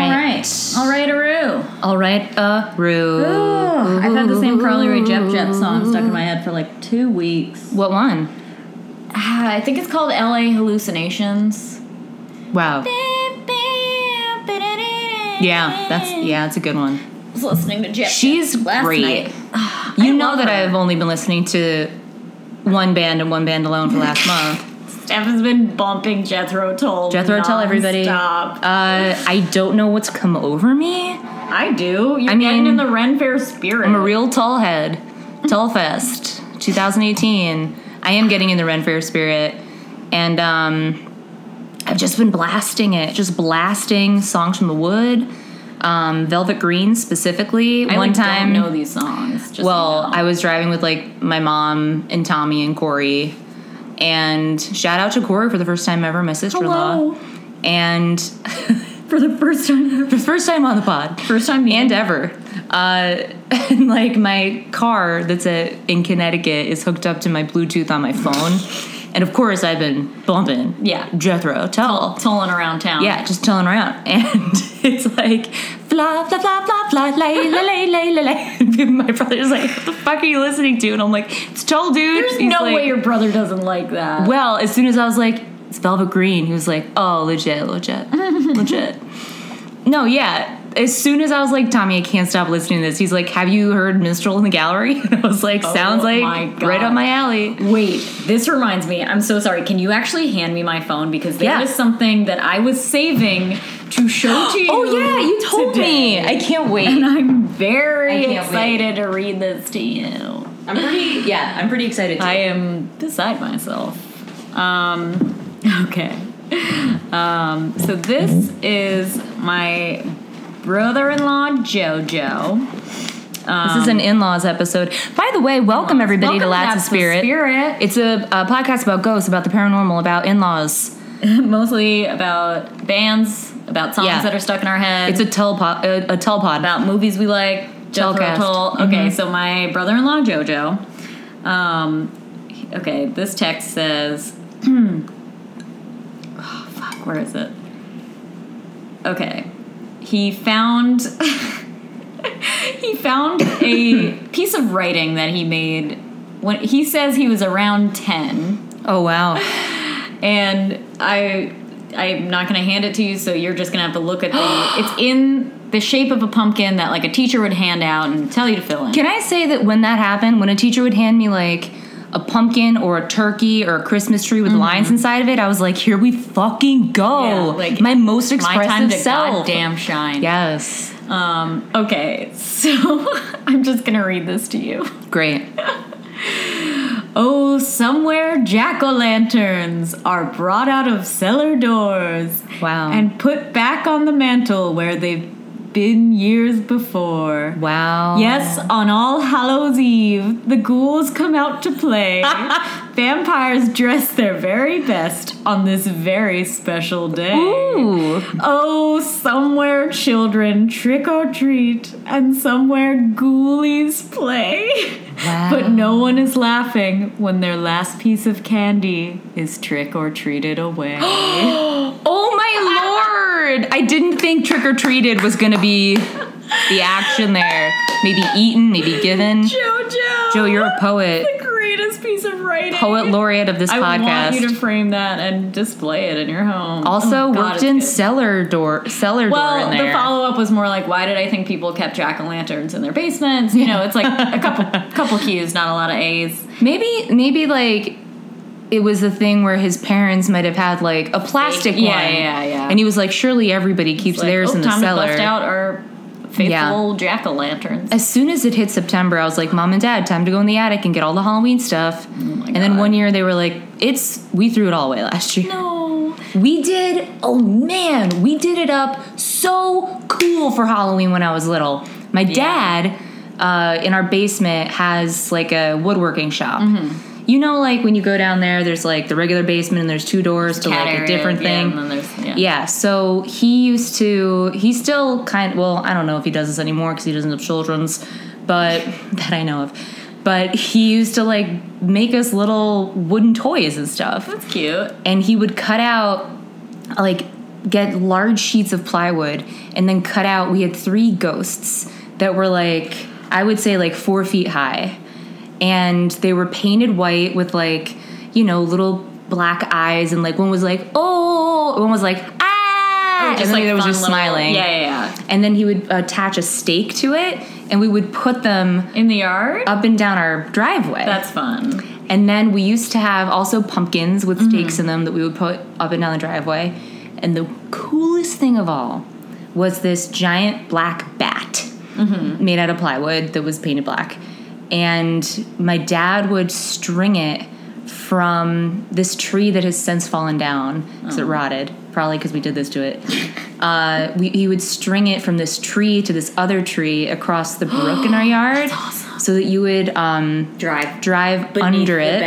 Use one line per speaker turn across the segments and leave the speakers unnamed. Yes.
All right, Aru.
All right, uh, Rue.
Ooh, I've had the same Carly Rae Jep Jep song stuck in my head for like two weeks.
What one?
Ah, I think it's called "L.A. Hallucinations."
Wow. Yeah, that's yeah, that's a good one.
I was listening to Jep.
She's
Jep last
great.
night.
You
I
know
love
that
her.
I've only been listening to one band and one band alone for last month.
Steph has been bumping Jethro Tull.
Jethro, tell everybody.
Stop.
Uh, I don't know what's come over me.
I do. You're
I mean-
getting in the Ren Fair spirit.
I'm a real tall head. Tallfest 2018. I am getting in the Ren Fair spirit. And um, I've just been blasting it, just blasting songs from the wood, um, Velvet Green specifically.
I
One
like,
time,
don't know these songs. Just so
well,
you know.
I was driving with like my mom and Tommy and Corey. And shout out to Corey for the first time ever, my sister in law.
Hello.
And
for the first time.
for the first time on the pod.
First time being
and ever. Uh, and like my car that's at, in Connecticut is hooked up to my Bluetooth on my phone, and of course I've been bumping.
Yeah.
Jethro Tull.
tolling around town.
Yeah, just chilling around, and it's like fly, fly, fly, fly, fly, lay, lay, lay, lay, lay, lay. My brother's like, "What the fuck are you listening to?" And I'm like, "It's Tull, dude."
There's
He's
no
like-
way your brother doesn't like that.
well, as soon as I was like, it's Velvet Green, he was like, oh, legit, legit, legit. No, yeah. As soon as I was like, Tommy, I can't stop listening to this, he's like, have you heard Minstrel in the Gallery? And I was like, sounds
Oh
like
my God.
right up my alley.
Wait, this reminds me. I'm so sorry. Can you actually hand me my phone because there
Yeah.
was something that I was saving to show to you.
Oh, yeah, you told
today.
me. I can't
and
wait.
I'm very
I can't
excited to read this to you.
I'm pretty, yeah, I'm pretty excited
I am beside myself. Um, okay. Um, so this is my brother-in-law Jojo.
this is an in laws episode. By the way, welcome everybody
Um, Welcome
to Lats of
Lats of
Spirit.
Spirit.
It's a, a podcast about ghosts, about the paranormal, about in laws.
mostly about bands, about songs
Yeah.
that are stuck in our head.
It's a telpod. A, a Mm-hmm. telpod.
about movies we like. Jethro
Telcast.
Tull. Okay, so my brother-in-law Jojo. Um, he- okay, this text says, oh, "Fuck, where is it?" Okay, he found he found a piece of writing that he made when he says he was around ten
oh, wow.
and I I'm not gonna hand it to you, so you're just gonna have to look at the. it's in the shape of a pumpkin that like a teacher would hand out and tell you to fill in.
Can I say that when that happened, when a teacher would hand me like a pumpkin or a turkey or a Christmas tree with lines inside of it, I was like, "Here we fucking go!"
Mm-hmm. Yeah, like,
my most
My
expressive
time to
self.
goddamn shine.
Yes,
Um. Okay. So I'm just gonna read this to you.
great.
Oh, somewhere jack o' lanterns are brought out of cellar doors.
Wow.
And put back on the mantle where they've been years before.
Wow.
Yes, on All Hallows Eve, the ghouls come out to play. Vampires dress their very best on this very special day.
Ooh.
Oh, somewhere children trick or treat, and somewhere ghoulies play.
Wow.
But no one is laughing when their last piece of candy is trick or treated away.
Oh my lord! I didn't think trick or treated was gonna be the action there. Maybe eaten, maybe given.
Jojo!
Joe, you're a poet,
the greatest piece of writing.
poet laureate of this
I
podcast.
want you to frame that and display it in your home.
also
Oh, God,
worked
it's
in
good.
cellar door, cellar door
Well,
in
the
there.
follow up was more like, why did I think people kept jack o' lanterns in their basements? You know, it's like a couple couple cues, not a lot of A's.
Maybe maybe like it was the thing where his parents might have had like a plastic
Yeah,
one.
yeah, yeah.
And he was like, surely everybody
It's
keeps
like,
theirs
oh,
in the
time
cellar.
to bust out our
Yeah.
faithful jack o' lanterns.
As soon as it hit September, I was like, Mom and Dad, time to go in the attic and get all the Halloween stuff.
Oh my
and then
God.
one year they were like, It's we threw it all away last year.
No,
We did oh man, we did it up so cool for Halloween when I was little. My dad uh, in our basement has like a woodworking shop.
Mm-hmm.
You know, like when you go down there, there's like the regular basement and there's two doors to like a
Cat
different
area, yeah,
thing.
and then there's- yeah.
Yeah, so he used to, he still kind well, I don't know if he does this anymore because he doesn't have children's, but that I know of. But he used to like make us little wooden toys and stuff.
That's cute.
And he would cut out like get large sheets of plywood and then cut out. We had three ghosts that were like, I would say like four feet high. And they were painted white with like, you know, little black eyes. And like one was like, oh, one was like, ah.
Oh, Just
and then
like
the other was
fun
just
little-
smiling.
Yeah, yeah, yeah.
And then he would attach a stake to it and we would put them
In the yard?
up and down our driveway.
That's fun.
And then we used to have also pumpkins with stakes in them that we would put up and down the driveway. And the coolest thing of all was this giant black bat made out of plywood that was painted black. And my dad would string it from this tree that has since fallen down because it rotted, probably because we did this to it. Uh, we, he would string it from this tree to this other tree across the brook in our yard, so that you would um,
Drive.
drive under it.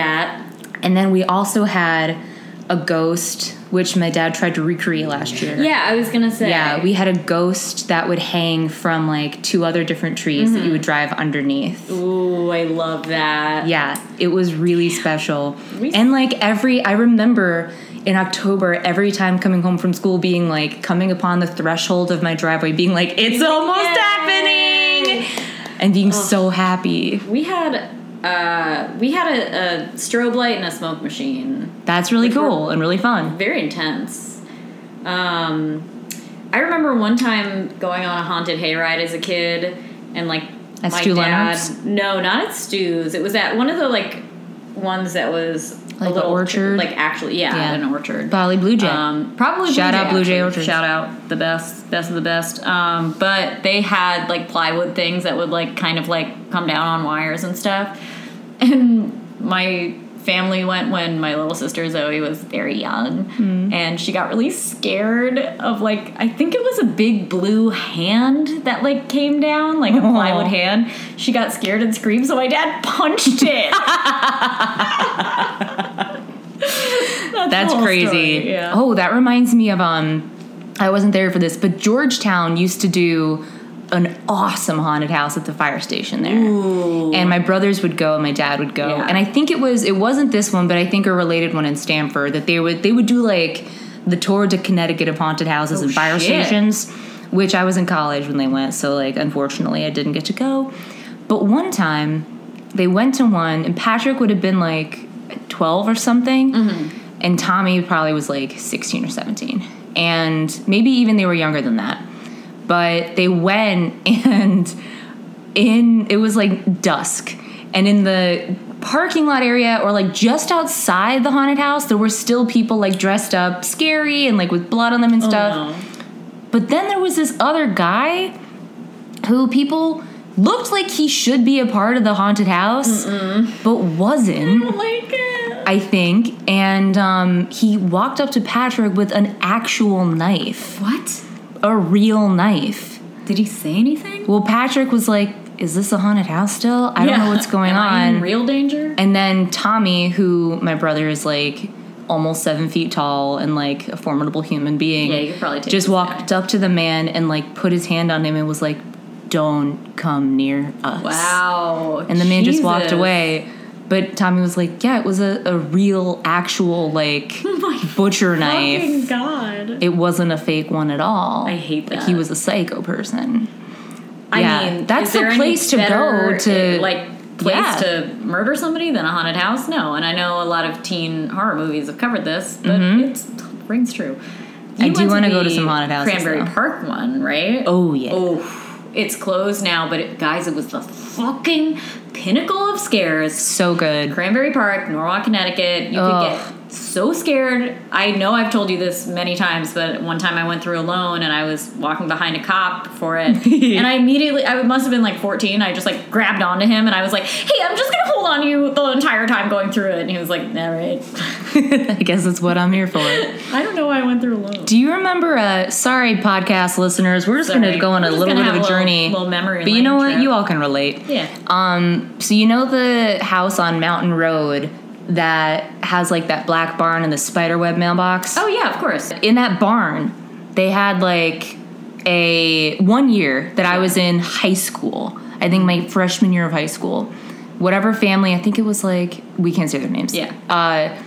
And then we also had a ghost, which my dad tried to recreate last year.
Yeah, I was gonna say.
Yeah, we had a ghost that would hang from like two other different trees that you would drive underneath.
Mm-hmm. Ooh, I love that.
Yeah, it was really special.
We-
and like every, I remember in October, every time coming home from school, being like, coming upon the threshold of my driveway, being like, it's almost
Yay!"
happening! And being so happy.
We had uh, we had a, a strobe light and a smoke machine.
That's really cool and really fun.
Very intense. Um, I remember one time going on a haunted hayride as a kid, and like
At
my
Stu
dad.
Leonard's?
No, not at Stu's. It was at one of the like ones that was
Like
a
the
little
orchard?
Like actually, yeah,
Yeah.
at an orchard.
Bali Blue Jay.
Um, probably
Shout out Blue Jay
actually.
Orchards.
Shout out the best, best of the best. Um, but they had like plywood things that would like kind of like come down on wires and stuff. And my family went when my little sister Zoe was very young,
Hmm.
and she got really scared of like I think it was a big blue hand that like came down like a
Oh.
plywood hand. She got scared and screamed, so my dad punched it. That's, the
That's
whole
crazy.
story, yeah.
Oh, that reminds me of um I wasn't there for this, but Georgetown used to do an awesome haunted house at the fire station there. And my brothers would go and my dad would go.
Yeah.
And I think it was it wasn't this one, but I think a related one in Stamford that they would they would do like the tour to Connecticut of haunted houses and fire
Oh, shit.
stations, which I was in college when they went, so like unfortunately I didn't get to go. But one time they went to one and Patrick would have been like 12 or something and Tommy probably was like 16 or 17 and maybe even they were younger than that but they went and in it was like dusk and in the parking lot area or like just outside the haunted house there were still people like dressed up scary and like with blood on them and stuff but then there was this other guy who people looked like he should be a part of the haunted house but wasn't
like it.
I think, and um, he walked up to Patrick with an actual knife,
What?
a real knife.
Did he say anything?
Well, Patrick was like, "Is this a haunted house still? I don't know what's going on."
real danger?
and then Tommy, who my brother is like almost seven feet tall and like a formidable human being,
Yeah, you could probably take
just
this
walked up to the man and like put his hand on him and was like, "Don't come near us."
Wow.
and the man just walked
Jesus.
away. But Tommy was like, "Yeah, it was a, a real, actual like
Oh my
butcher knife.
Fucking God.
It wasn't a fake one at all.
I hate
Like
that.
he was a psycho person.
I
yeah,
mean,
that's
is
the
there any
place to go
better,
to-
uh, like place
Yeah.
to murder somebody than a haunted house? No. And I know a lot of teen horror movies have covered this, but it's it rings true.
Mm-hmm. I
You
do
went
wanna go to
the
some haunted houses,
Cranberry
though.
Park one, right?
Oh yeah.
Oh, it's closed now, but it, guys, it was the fucking pinnacle of scares.
So good.
Cranberry Park, Norwalk, Connecticut. You
Ugh.
could get so scared. I know I've told you this many times, but one time I went through alone and I was walking behind a cop for it. and I immediately, I must have been like 14, I just like grabbed onto him and I was like, hey, I'm just going to hold on to you the entire time going through it. And he was like, all right.
I guess that's what I'm here for.
I don't know why I went through alone.
Do you remember? Uh, sorry, podcast listeners, we're just going to
Sorry.
go on
We're
a
just
little
gonna
bit of
have
a
a little-
journey,
little memory
But you know
lane
what?
trip.
You all can relate.
Yeah.
Um. So you know the house on Mountain Road that has like that black barn and the spider web mailbox.
oh, yeah, of course.
in that barn they had like a one year that i was in high school i think my freshman year of high school whatever family i think it was like we can't say their names
Yeah.
uh,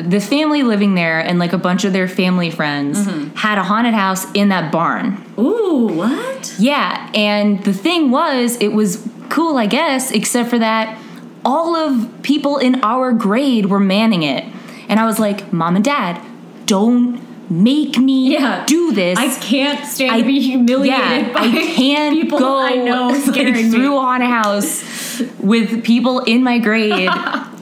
the family living there and like a bunch of their family friends had a haunted house in that barn.
Ooh, what?
Yeah, and the thing was, it was cool, I guess, except for that all of people in our grade were manning it. And I was like, Mom and Dad, don't make me
Yeah.
do this.
I can't stand
I-
to be humiliated
yeah,
by
I can't
people
go
I know
like,
scaring
through
me.
a haunted house with people in my grade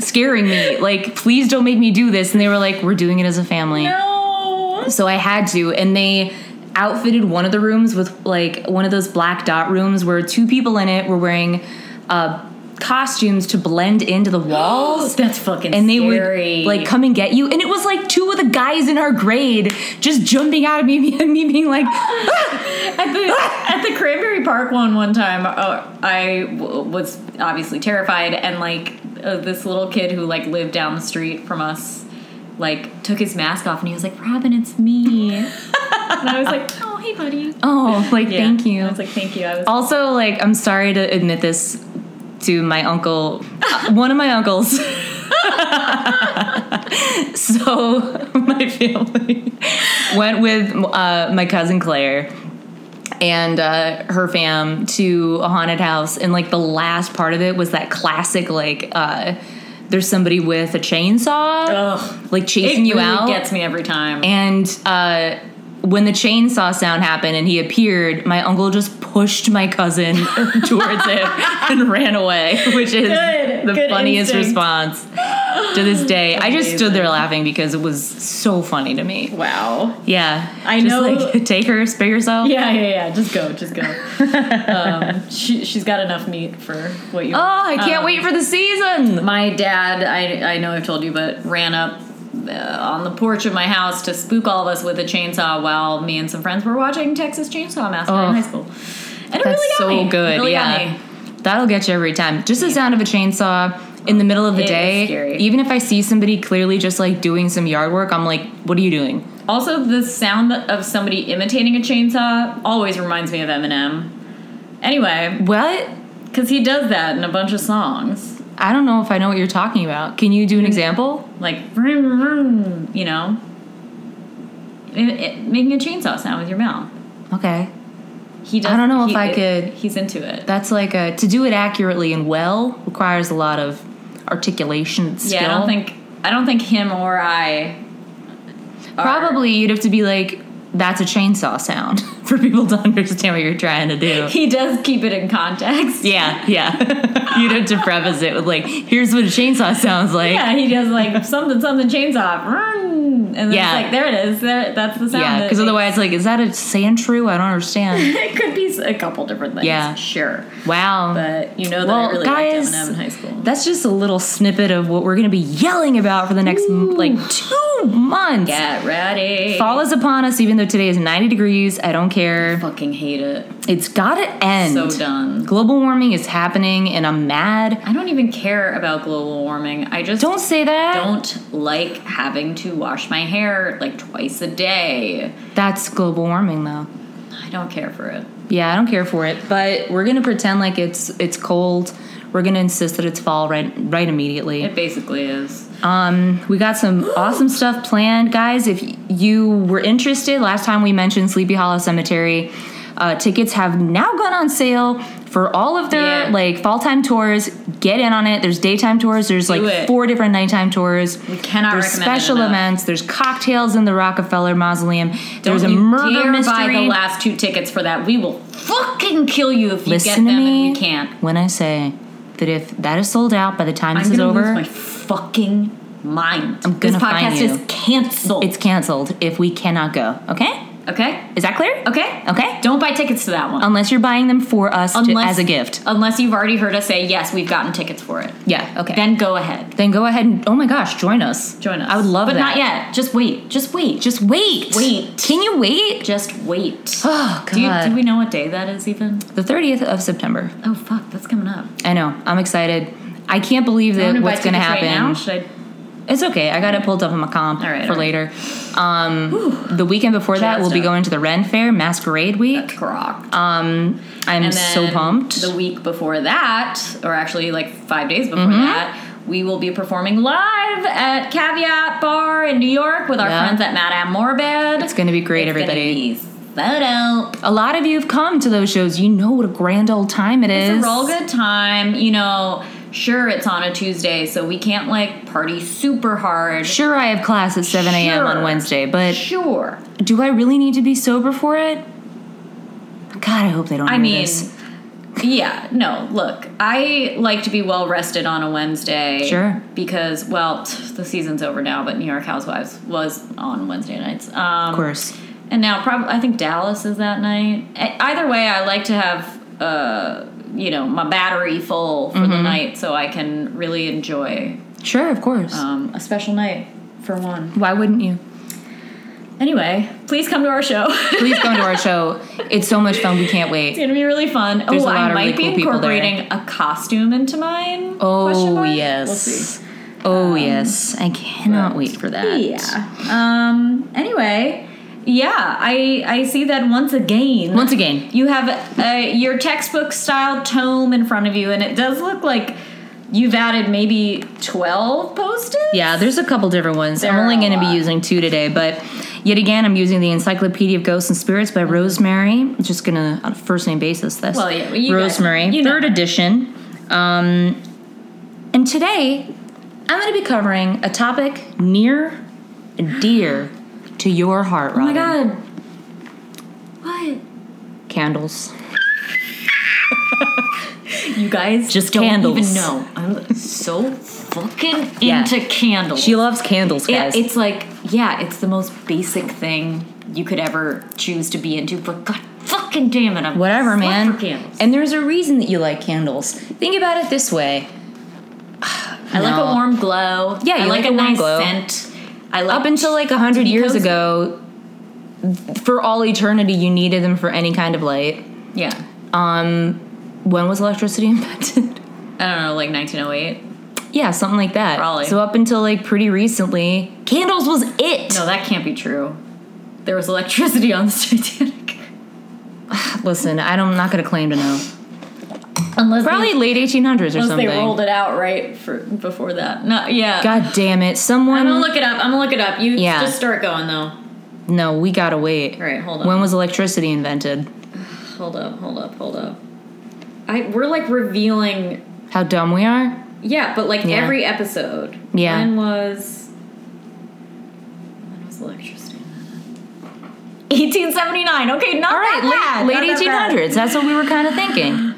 scaring me. Like, please don't make me do this. And they were like, We're doing it as a family.
No.
So I had to, and they outfitted one of the rooms with like one of those black dot rooms where two people in it were wearing uh, costumes to blend into the walls.
That's fucking
And they
scary.
would like come and get you, and it was like two of the guys in our grade just jumping out at me and me being like,
at the at the Cranberry Park one one time, uh, I w- was obviously terrified, and like uh, this little kid who like lived down the street from us, like took his mask off, and he was like, "Robin, it's me," and I was like, "Oh, hey, buddy."
"Oh, like
Yeah.
thank you."
I was like, "Thank you." I was.
also, like I'm sorry to admit this to my uncle, uh, one of my uncles. so my family went with uh, my cousin Claire and uh, her fam to a haunted house, and like the last part of it was that classic like uh, there's somebody with a chainsaw
Ugh.
like
Oh. It
chasing
really
you out,
gets me every time.
and uh, when the chainsaw sound happened and he appeared, my uncle just pushed my cousin towards him and ran away, which is
Good,
the
good
funniest
instinct.
response to this day. I just stood
Amazing.
there laughing because it was so funny to me.
wow.
Yeah.
I
just
know-
like take her, spare yourself.
Yeah, yeah, yeah. Just go, just go. um, she, she's got enough meat for what you.
Oh, I
Um,
can't wait for the season.
My dad, I, I know I've told you, but ran up uh, on the porch of my house to spook all of us with a chainsaw while me and some friends were watching Texas Chainsaw Massacre
Oh.
in high school. And it
That's
really got
so
me. It
good.
really got
yeah.
me.
That'll get you every time. Just the sound of a chainsaw in the middle of the
It is
day.
scary.
Even if I see somebody clearly just like doing some yard work, I'm like, what are you doing?
Also, the sound of somebody imitating a chainsaw always reminds me of Eminem. Anyway,
What?
because he does that in a bunch of songs,
I don't know if I know what you're talking about. Can you do an
Mm.
example?
like vroom, vroom, you know, It- it- making a chainsaw sound with your mouth.
Okay.
He does.
I don't know if
he-
I could-
He's into it.
That's like a to do it accurately and well requires a lot of articulation and skill.
Yeah, I don't think I don't think him or I are-
probably you'd have to be like that's a chainsaw sound for people to understand what you're trying to do.
He does keep it in context.
yeah, yeah. you'd have to preface it with like here's what a chainsaw sounds like.
Yeah, he does like something something chainsaw, vroom, and then
Yeah.
it's like there it is. There, that's the sound.
Yeah,
that
because
it-
otherwise like is that a sand shrew? I don't understand.
it could be a couple different things.
Yeah.
sure,
Wow.
but you know that
Well,
I really
guys,
liked Eminem in high school.
That's just a little snippet of what we're going to be yelling about for the next m like 2 months.
Get ready.
Fall is upon us, even though today is 90 degrees. I don't care.
Fucking hate it.
It's gotta end.
So done.
Global warming is happening, and I'm mad.
I don't even care about global warming. I just
Don't say that.
don't like having to wash my hair like twice a day.
That's global warming, though.
I don't care for it.
Yeah, I don't care for it. But we're gonna pretend like it's it's cold. We're gonna insist that it's fall right right immediately.
It basically is.
Um, we got some awesome stuff planned, guys. If you were interested, last time we mentioned Sleepy Hollow Cemetery. Uh, tickets have now gone on sale for all of their
Yeah.
like fall time tours. Get in on it. There's daytime tours. There's like
it.
four different nighttime tours.
We cannot
There's
recommend it
special
enough.
events. There's cocktails in the Rockefeller Mausoleum. There's a
you
murder
dare
mystery.
buy the last two tickets for that. We will fucking kill you if you get
Listen to
them
me.
and we can't.
When I say that if that is sold out by the time this
I'm
is
gonna
over,
lose my fucking mind. I'm
gonna
this podcast
find you.
is canceled.
it's canceled if we cannot go. Okay,
okay,
is that clear?
okay,
Okay.
Don't buy tickets to that one
Unless you're buying them for us to-
Unless-
as a gift.
unless you've already heard us say yes. We've gotten tickets for it.
Yeah. Okay. Then
Then go ahead,
then go ahead and oh my gosh, join us.
join us.
I would love
but
that.
not yet. Just wait. Just wait. Just
Just wait.
Wait.
Can you wait?
just wait.
Oh god.
do, you, do we know what day that is even?
the 30th of September.
Oh fuck, that's coming up.
I know. I'm excited. I can't believe
I'm
that
gonna buy
what's going to
tickets right
happen.
now. Should I?
It's okay. I got it pulled up on my comp
All right,
for
all right.
later. Um, the weekend before that, we'll
Jazzed
be
up.
going to the Ren Fair Masquerade Week.
Crocked.
Um, I'm
And
so
then
pumped. Mm-hmm.
The week before that, or actually like five days before that, we will be performing live at Caveat Bar in New York with our
Yeah.
friends at Madame Morbid.
It's going to be great,
It's gonna
everybody.
be So dope.
a lot of you have come to those shows. You know what a grand old time it is.
It's a real good time. You know, sure, it's on a Tuesday, so we can't like party super hard.
Sure, I have class at 7 a.m. on
Sure.
Wednesday, but
Sure.
do I really need to be sober for it? God, I hope they don't.
I
hear
mean,
this.
yeah, no, look, I like to be well rested on a Wednesday.
Sure.
Because, well, t- the season's over now, but New York Housewives was on Wednesday nights.
of
Um,
course.
and now probably I think Dallas is that night. E- Either way, I like to have uh, you know my battery full for the night so I can really enjoy
Sure, of course.
um, a special night for one.
Why wouldn't you?
Anyway, please come to our show. it's
Please come to our show. It's so much fun. We can't wait.
gonna be really fun.
There's
oh,
a lot
I
of
might
really cool
be
people there.
incorporating a costume into mine. question
Oh
mark?
yes.
We'll see.
Oh yes. I cannot
but-
wait for that.
Yeah. Um. Anyway, yeah. I I see that once again.
Once again,
You have uh, your textbook style tome in front of you, and it does look like you've added maybe 12 post its.
yeah, there's a couple different ones.
There
I'm
are
only
a
going to be
lot.
using two today, but yet again, I'm using the Encyclopedia of Ghosts and Spirits by Rosemary. Just going to, on a first name basis, this.
Mm-hmm. Well, yeah, you guys-
Rosemary,
you know
third
her.
edition. Um, and today, I'm going to be covering a topic near and dear to your heart,
Oh my
Robin.
god. What?
Candles.
You guys
Just
don't
candles.
even know. I'm so fucking
Yeah.
into candles.
She loves candles,
It-
guys.
it's like, yeah, it's the most basic thing you could ever choose to be into, but god fucking damn it, I'm
Whatever,
slut
man.
For candles.
And there's a reason that you like candles. Think about it this way.
I like
No.
a warm glow.
Yeah,
I
you
like,
like
a,
a warm
nice
glow.
scent. I like
Up until like 100
be
years
cozy.
ago, for all eternity, you needed them for any kind of light.
yeah.
Um, when was electricity invented?
I don't know, like 1908.
yeah, something like that.
Probably.
So up until like pretty recently, candles was it.
No, that can't be true. There was electricity on the Titanic.
Listen, I don't, I'm not going to claim to know.
Unless
Probably
they,
late 1800s or
unless
something.
they rolled it out right for before that. No, yeah.
God damn it. Someone.
I'm gonna look it up. I'm gonna look it up. You
Yeah.
just start going though.
no, we got to wait.
All right, hold on.
When was electricity invented?
hold up, hold up, hold up. I we're like revealing.
How dumb we are?
Yeah, but like
Yeah.
every episode.
Yeah.
When was? When was electricity? 1879. Okay, not
All
that
right,
bad.
late
not that
eighteen
bad.
hundreds. That's what we were kind of thinking.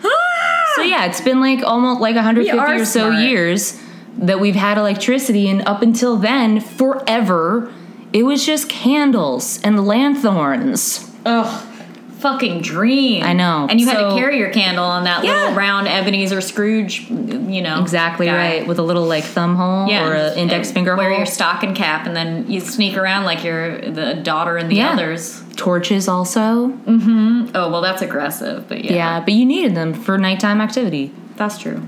so yeah, it's been like almost like one hundred
We
fifty
are
or so
smart.
years that we've had electricity, and up until then, forever, it was just candles and lanthorns.
Ugh. Fucking dream.
I know.
And you had to
So-
carry your candle on that
Yeah.
little round Ebenezer Scrooge, you know.
Exactly
guy.
right, with a little like thumb hole
Yeah.
or an
and
index finger
Wear
hole.
your stocking cap and then you sneak around like you're the daughter and the
Yeah.
others.
Torches also.
Oh, well, that's aggressive, but yeah.
Yeah, but you needed them for nighttime activity.
That's true.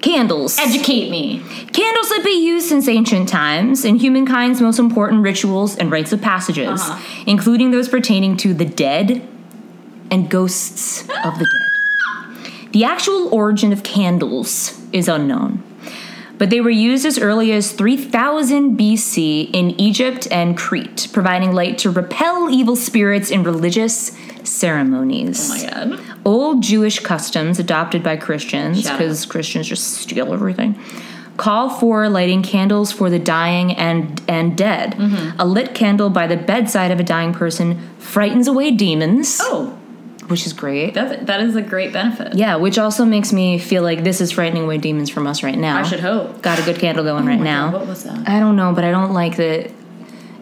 Candles.
Educate me.
Candles have been used since ancient times in humankind's most important rituals and rites of passages,
Uh-huh.
including those pertaining to the dead and ghosts of the dead. The actual origin of candles is unknown, but they were used as early as 3000 BC in Egypt and Crete, providing light to repel evil spirits in religious ceremonies
Oh my god.
old Jewish customs adopted by Christians,
Shout out.
because Christians just steal everything, call for lighting candles for the dying and and dead.
Mm-hmm.
A lit candle by the bedside of a dying person frightens away demons,
Oh,
which is great.
that, that is a great benefit.
yeah, which also makes me feel like this is frightening away demons from us right now.
I should hope.
Got a good candle going right now.
What was that?
I don't know, but I don't like that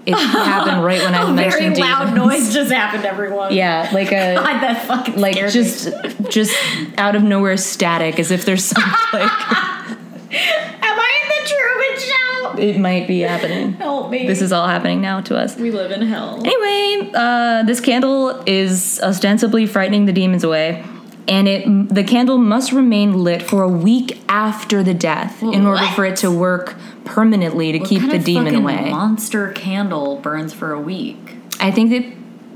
it happened right when I
A Oh, very
mentioned
loud
demons.
noise just happened, everyone.
Yeah, like a
God, that fucking
like
scared me.
just just out of nowhere static as if there's some like
Am I in the Truman Show?
it might be happening
Help me.
this is all happening now to us
We live in hell.
anyway uh, this candle is ostensibly frightening the demons away and it the candle must remain lit for a week after the death in order
What?
for it to work permanently to keep
kind
the
of
demon
fucking
away
Monster candle burns for a week.
i think that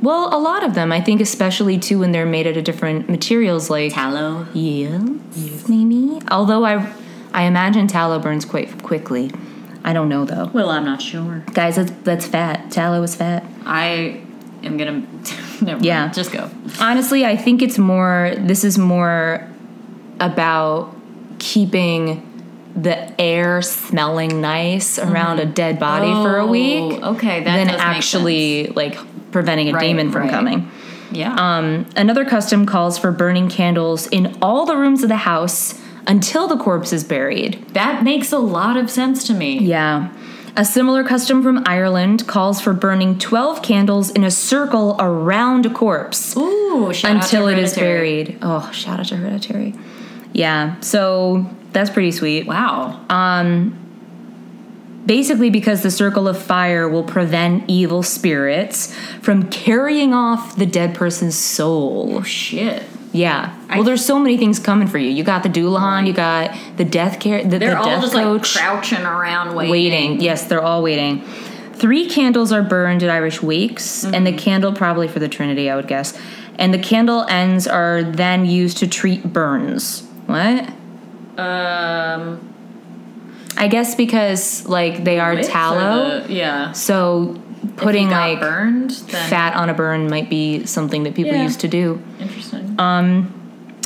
well a lot of them i think especially too when they're made out of different materials like
Tallow.
Yes, maybe. Although I, I imagine tallow burns quite quickly. I don't know though.
Well, I'm not sure.
Guys, that's, that's fat. Tallow is fat.
I am gonna. never
Yeah.
mind. just go.
Honestly, I think it's more, this is more about keeping the air smelling nice around a dead body for a
Mm-hmm. Oh,
week
Okay, that
than
does make
actually like preventing a
Right,
demon from
right.
coming.
sense. Yeah.
Um, another custom calls for burning candles in all the rooms of the house until the corpse is buried.
that makes a lot of sense to me.
Yeah. A similar custom from Ireland calls for burning 12 candles in a circle around a corpse
Ooh, shout out to
until it is
Hereditary.
buried. Oh, shout out to Hereditary. Yeah, so that's pretty sweet.
Wow. Oh,
Basically, because the circle of fire will prevent evil spirits from carrying off the dead person's
Oh,
soul.
Shit.
Yeah. well, there's so many things coming for you. You got the Doulahan, you got the death care, the,
They're
the
all
death
just
coach.
like crouching around waiting.
waiting. Yes, they're all waiting. Three candles are burned at Irish wakes, and the
Mm-hmm.
candle probably for the Trinity, I would guess. And the candle ends are then used to treat burns. What?
Um,
I guess because like they are
lips or
tallow,
the- yeah.
so
If you
putting
got
like
burned. Then
fat on a burn might be something that people
Yeah.
used to do.
Interesting.
Um,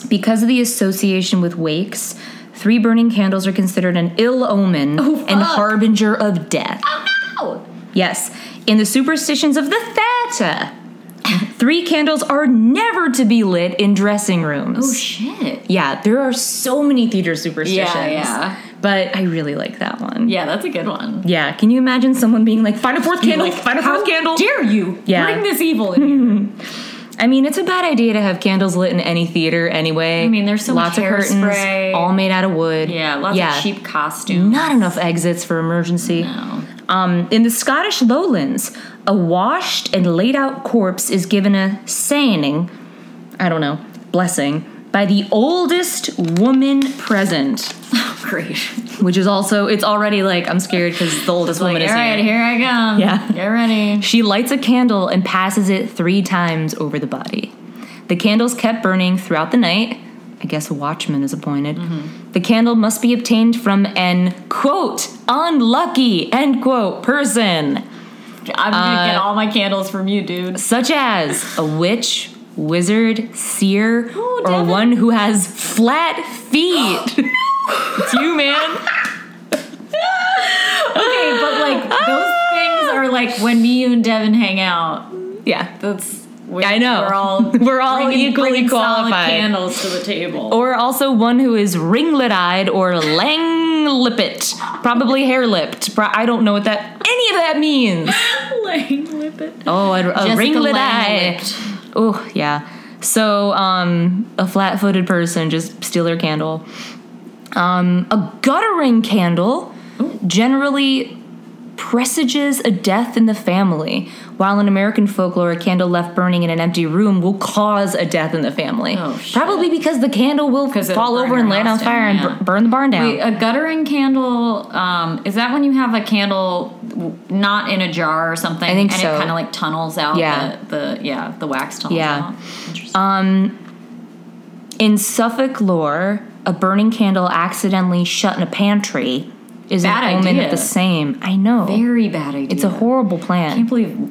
Because of the association with wakes, three burning candles are considered an ill omen and
Oh, fuck.
harbinger of death.
oh,
Yes, in the superstitions of the Theta, three candles are never to be lit in dressing rooms.
oh shit.
yeah, there are so many theater superstitions.
yeah.
But I really like that one.
Yeah, that's a good one.
Yeah, can you imagine someone being like, find a fourth candle,
Like,
find a fourth
how
candle?
Dare you?
Yeah.
Bring this evil in. here.
I mean, it's a bad idea to have candles lit in any theater anyway. I
mean, there's so
lots
much
of curtains,
hairspray.
all made out of wood.
Yeah, lots of cheap costumes.
Not enough exits for emergency.
No.
Um, in the Scottish lowlands, a washed and laid out corpse is given a saying, I don't know, blessing, by the oldest woman present.
Oh, Great.
Which is also, it's already like, I'm scared because the oldest
Like,
woman
all
is
right,
here.
here I come.
Yeah.
Get ready.
She lights a candle and passes it three times over the body. The candles kept burning throughout the night. I guess a watchman is appointed. The candle must be obtained from an quote, unlucky, end quote, person.
I'm
Uh,
gonna get all my candles from you, dude.
such as a witch, wizard, seer,
Ooh,
or
Devin.
one who has flat feet. it's you, man.
Okay, but like those things are like when me you and Devin hang out.
Yeah.
That's we
I know.
We're all
We're all
bringing-
equally
bringing solid
qualified.
candles to the table.
Or also one who is ringlet-eyed or lang-lippet, probably hair-lipped. Pro- I don't know what that any of that means.
Lang lippet.
Oh, a, a ringlet eye. Oh, yeah. So, um, a flat footed person just steal their candle. Um, a guttering candle generally presages a death in the family, while in American folklore, a candle left burning in an empty room will cause a death in the family.
Oh, shit.
Probably because the candle will
it'll
fall
burn
over and
your
light on
house down,
fire
yeah.
and bur- burn the barn down.
Wait, uh a guttering candle. Um, is that when you have a candle w- not in a jar or something? I
think
and
so.
it kind of like tunnels out.
Yeah.
The, the yeah the wax tunnels
Yeah.
out.
Um,
Interesting.
in Suffolk lore, a burning candle accidentally shut in a pantry is
Bad
an omen
idea.
of the same. I know.
Very bad idea.
It's a horrible plan.
I can't believe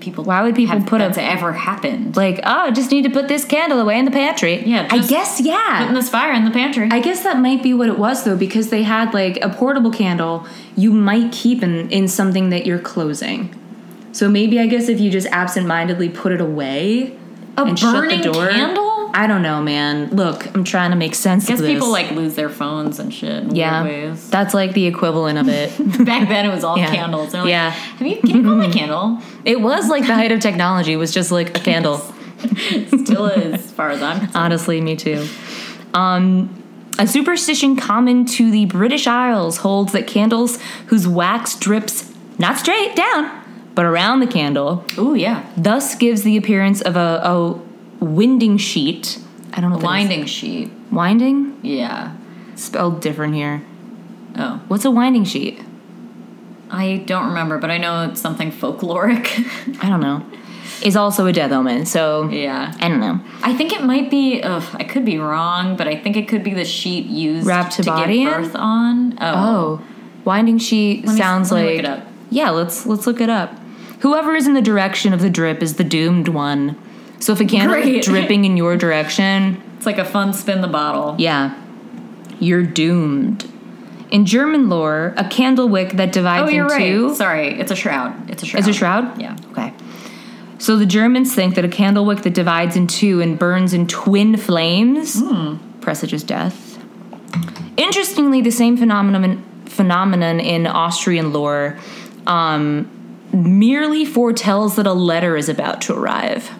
people.
Why would people
have,
put a-
that's ever happened?
like, oh, just need to put this candle away in the pantry.
Yeah,
I
just
guess
Putting
yeah.
this fire in the pantry.
I guess that might be what it was though, because they had like a portable candle you might keep in in something that you're closing. So maybe I guess if you just absentmindedly put it away
A
and
burning
shut the door.
candle.
I don't know, man. Look, I'm trying to make sense
I guess
of this.
people like lose their phones and shit. In
yeah,
Weird ways.
that's like the equivalent of it.
Back then it was all
Yeah.
candles. They're like,
Yeah.
Have you can you call my candle?
it was like the height of technology. It was just like a candle.
Still is, as far as I'm. concerned.
Honestly, me too. Um, a superstition common to the British Isles holds that candles whose wax drips not straight down, but around the candle,
Ooh yeah.
thus gives the appearance of a, a winding sheet. I don't know. what that is.
Winding sheet.
Winding?
Yeah.
Spelled different here.
Oh.
What's a winding sheet?
I don't remember, but I know it's something folkloric.
I don't know. is also a death omen. So
Yeah.
I don't know.
I think it might be. Ugh, I could be wrong, but I think it could be the sheet used
Wrapped
to
Tabadian?
give birth on. Oh,
Oh, winding sheet
Let me-
sounds
let
like.
me look it up.
Yeah, let's let's look it up. Whoever is in the direction of the drip is the doomed one. So if a candle
Great.
is dripping in your direction,
it's like a fun spin the bottle.
yeah, you're doomed. In German lore, a candle wick that divides
Oh, you're
in
right.
two
Sorry, it's a shroud. It's a shroud.
is a shroud.
Yeah.
Okay. So the Germans think that a candle wick that divides in two and burns in twin flames presages death. Interestingly, the same phenomenon phenomenon in Austrian lore um, merely foretells that a letter is about to arrive.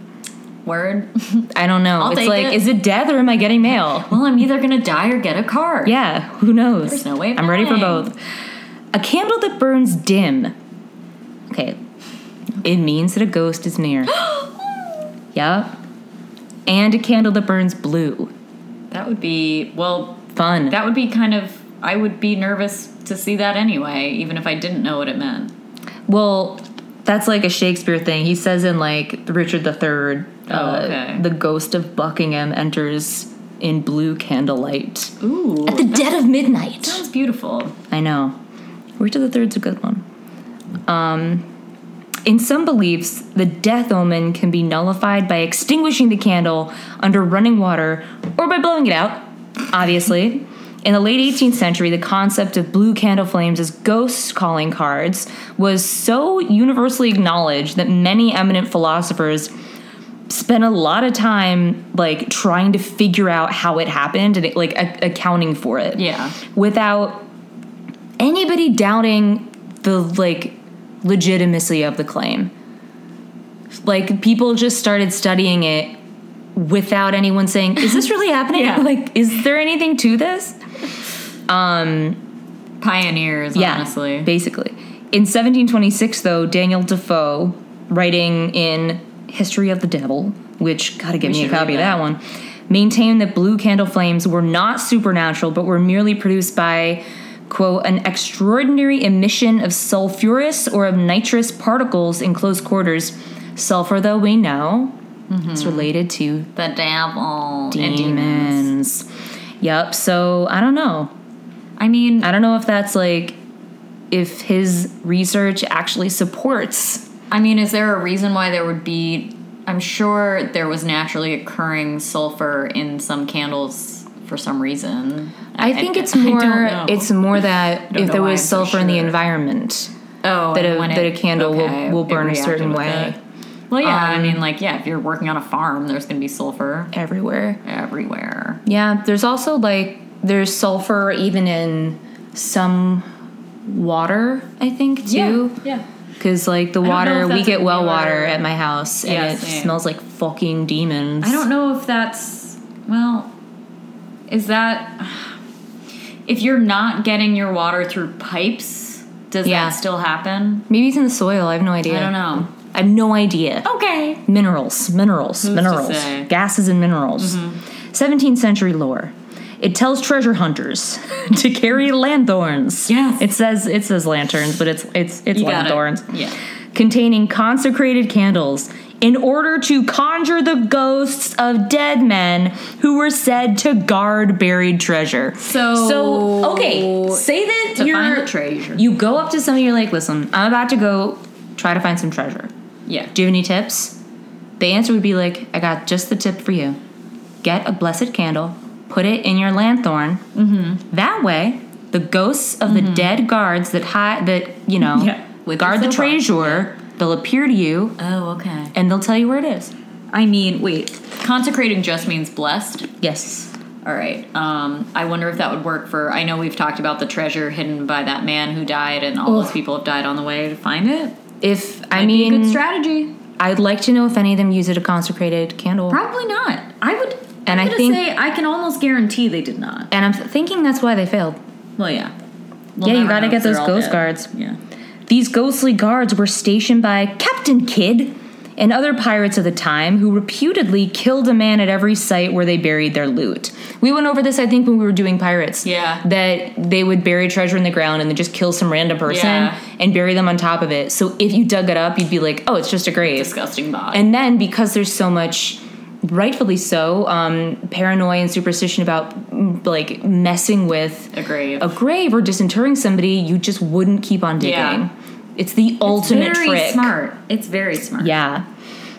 Word.
I don't know.
I'll
it's
take
like,
it.
is it death or am I getting mail?
well, I'm either gonna die or get a card.
Yeah, who knows?
There's no way of
I'm ready for
knowing.
both. A candle that burns dim. Okay. It means that a ghost is near. yep. And a candle that burns blue.
That would be well.
Fun.
That would be kind of. I would be nervous to see that anyway, even if I didn't know what it meant.
well, that's like a Shakespeare thing. He says in like Richard the Third, uh,
Oh, okay.
the ghost of Buckingham enters in blue candlelight
Ooh,
at the dead of midnight.
sounds beautiful.
I know. Richard the Third's a good one. Um, in some beliefs, the death omen can be nullified by extinguishing the candle under running water or by blowing it out, obviously. In the late 18th century, the concept of blue candle flames as ghost calling cards was so universally acknowledged that many eminent philosophers spent a lot of time like trying to figure out how it happened and like ac- accounting for it
Yeah.
without anybody doubting the like legitimacy of the claim. Like people just started studying it without anyone saying, "Is this really happening?
Yeah.
Like, is there anything to this?"
Pioneers,
Yeah,
honestly.
basically. In 1726, though, Daniel Defoe, writing in History of the Devil, which gotta give me a
should read
copy of that
that.
one, maintained that blue candle flames were not supernatural, but were merely produced by quote an extraordinary emission of sulfurous or of nitrous particles in close quarters. Sulfur, though we know, it's related to
the devil and demons.
demons. Yep. So I don't know.
I mean,
I don't know if that's like if his research actually supports.
I mean, is there a reason why there would be? I'm sure there was naturally occurring sulfur in some candles for some reason.
I think
I-
it's
I don't
more
know.
it's more that
Don't
if
know
there
why
was
I'm so
sulfur in the
sure.
environment
Oh,
that
and
a,
when
that a
it-
candle
okay,
will will
it
burn a certain
reacted with
way
it. Well, yeah. I
Um,
mean, like, yeah. If you're working on a farm, there's going to be sulfur
everywhere.
everywhere.
Yeah, there's also like there's sulfur even in some water, I think too.
Yeah.
Cuz like the
don't know
water
if
we
that's
get
a
well
newer-
water at my house and
Yeah,
it
same.
smells like fucking demons.
I don't know if that's well. Is that if you're not getting your water through pipes? Does
Yeah.
that still happen?
Maybe it's in the soil. I have no idea.
I don't know.
I have no idea.
Okay.
minerals, minerals,
to
minerals,
say? Mm-hmm.
gases and minerals. 17th century lore. It tells treasure hunters to carry lanthorns.
Yes.
It says it says lanterns, but it's it's it's
You got it.
lanthorns
Yeah.
containing consecrated candles in order to conjure the ghosts of dead men who were said to guard buried treasure.
So-
so okay, say that
Oh. To
you're
find the treasure.
You go up to somebody you're like, "Listen, I'm about to go try to find some treasure."
Yeah.
Do you have any tips? The answer would be like, I got just the tip for you. Get a blessed candle, put it in your lanthorn. Mm-hmm. That way, the ghosts of the dead guards that hide that you know
Mm-hmm. Yeah, with
guard
the
the
silver.
treasure, they'll appear to you
Oh, okay.
and they'll tell you where it is.
I mean, wait. Consecrating just means blessed.
Yes.
All right. Um, I wonder if that would work for. I know we've talked about the treasure hidden by that man who died, and all those
Ugh.
people have died on the way to find it.
If I
Might be a good
mean,
strategy.
I'd like to know if any of them use it a consecrated candle.
Probably not. I would.
And
I'm
I
gonna
think-
say I can almost guarantee they did not.
And I'm th- thinking that's why they failed.
Well, yeah.
Yeah, you
never
gotta
know
get
if they're
those
all
ghost
dead.
guards.
Yeah.
These ghostly guards were stationed by Captain Kidd and other pirates of the time who reputedly killed a man at every site where they buried their loot. We went over this, I think, when we were doing pirates.
Yeah.
That they would bury treasure in the ground and then just kill some random person
Yeah.
and bury them on top of it. So if you dug it up, you'd be like, oh, it's just a grave.
disgusting body.
And then because there's so much, rightfully so, um, paranoia and superstition about mm, like messing with
a grave.
a grave or disinterring somebody, you just wouldn't keep on digging.
Yeah.
It's the ultimate
very
trick.
smart. It's very smart.
Yeah.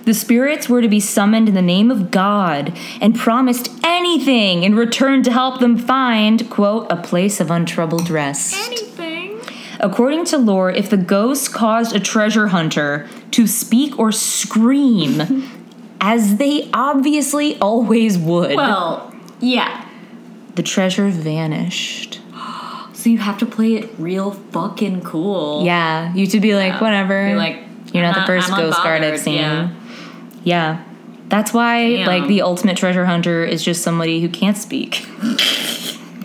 The spirits were to be summoned in the name of God and promised anything in return to help them find, quote, a place of untroubled rest.
Anything.
According to lore, if the ghosts caused a treasure hunter to speak or scream, as they obviously always would,
Well, yeah.
the treasure vanished.
So you have to play it real fucking cool.
Yeah, you should be like,
Yeah.
whatever.
Be like,
you're not
I'm
the 1st
I'm
ghost guard I've
unbothered.
seen.
Yeah.
Yeah. That's why,
Damn.
like, the ultimate treasure hunter is just somebody who can't speak.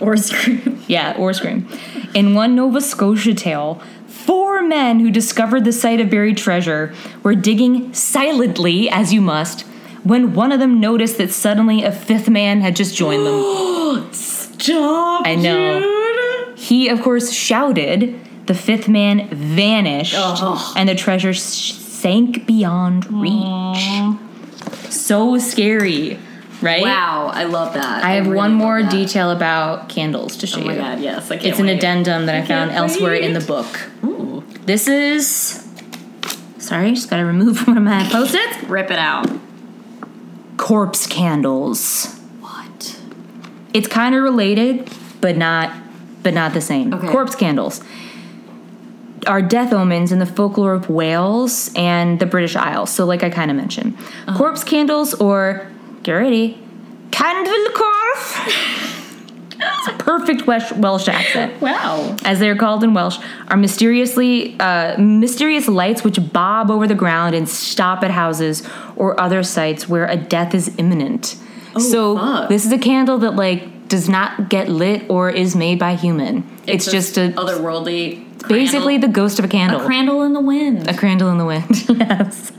Or scream.
Yeah, or scream. In one Nova Scotia tale, four men who discovered the site of buried treasure were digging silently, as you must, when one of them noticed that suddenly a fifth man had just joined them.
Stop,
I know.
dude.
He, of course, shouted. The fifth man vanished,
Ugh.
and the treasure s sank beyond reach. So scary, right?
Wow, I love that.
I have
really
one
love
more
that.
detail about candles to show
Oh my
you.
god, yes. I can't
It's an
wait.
addendum that I, found
can't
elsewhere in the
wait.
book.
Ooh.
This is. Sorry, just gotta remove one of my post its.
Rip it out.
Corpse candles.
What?
It's kind of related, but not but not the same.
Okay.
Corpse candles are death omens in the folklore of Wales and the British Isles. So like I kind of mentioned. Corpse candles or get ready. Candle corpse. It's a perfect Welsh, Welsh accent
Wow.
as they are called in Welsh, are mysteriously uh, mysterious lights which bob over the ground and stop at houses or other sites where a death is imminent. so
fuck.
this is a candle that like does not get lit or is made by human. It's, just a
otherworldly.
basically the ghost of a candle.
crandle, crandle in the wind.
A crandle in the wind. yes.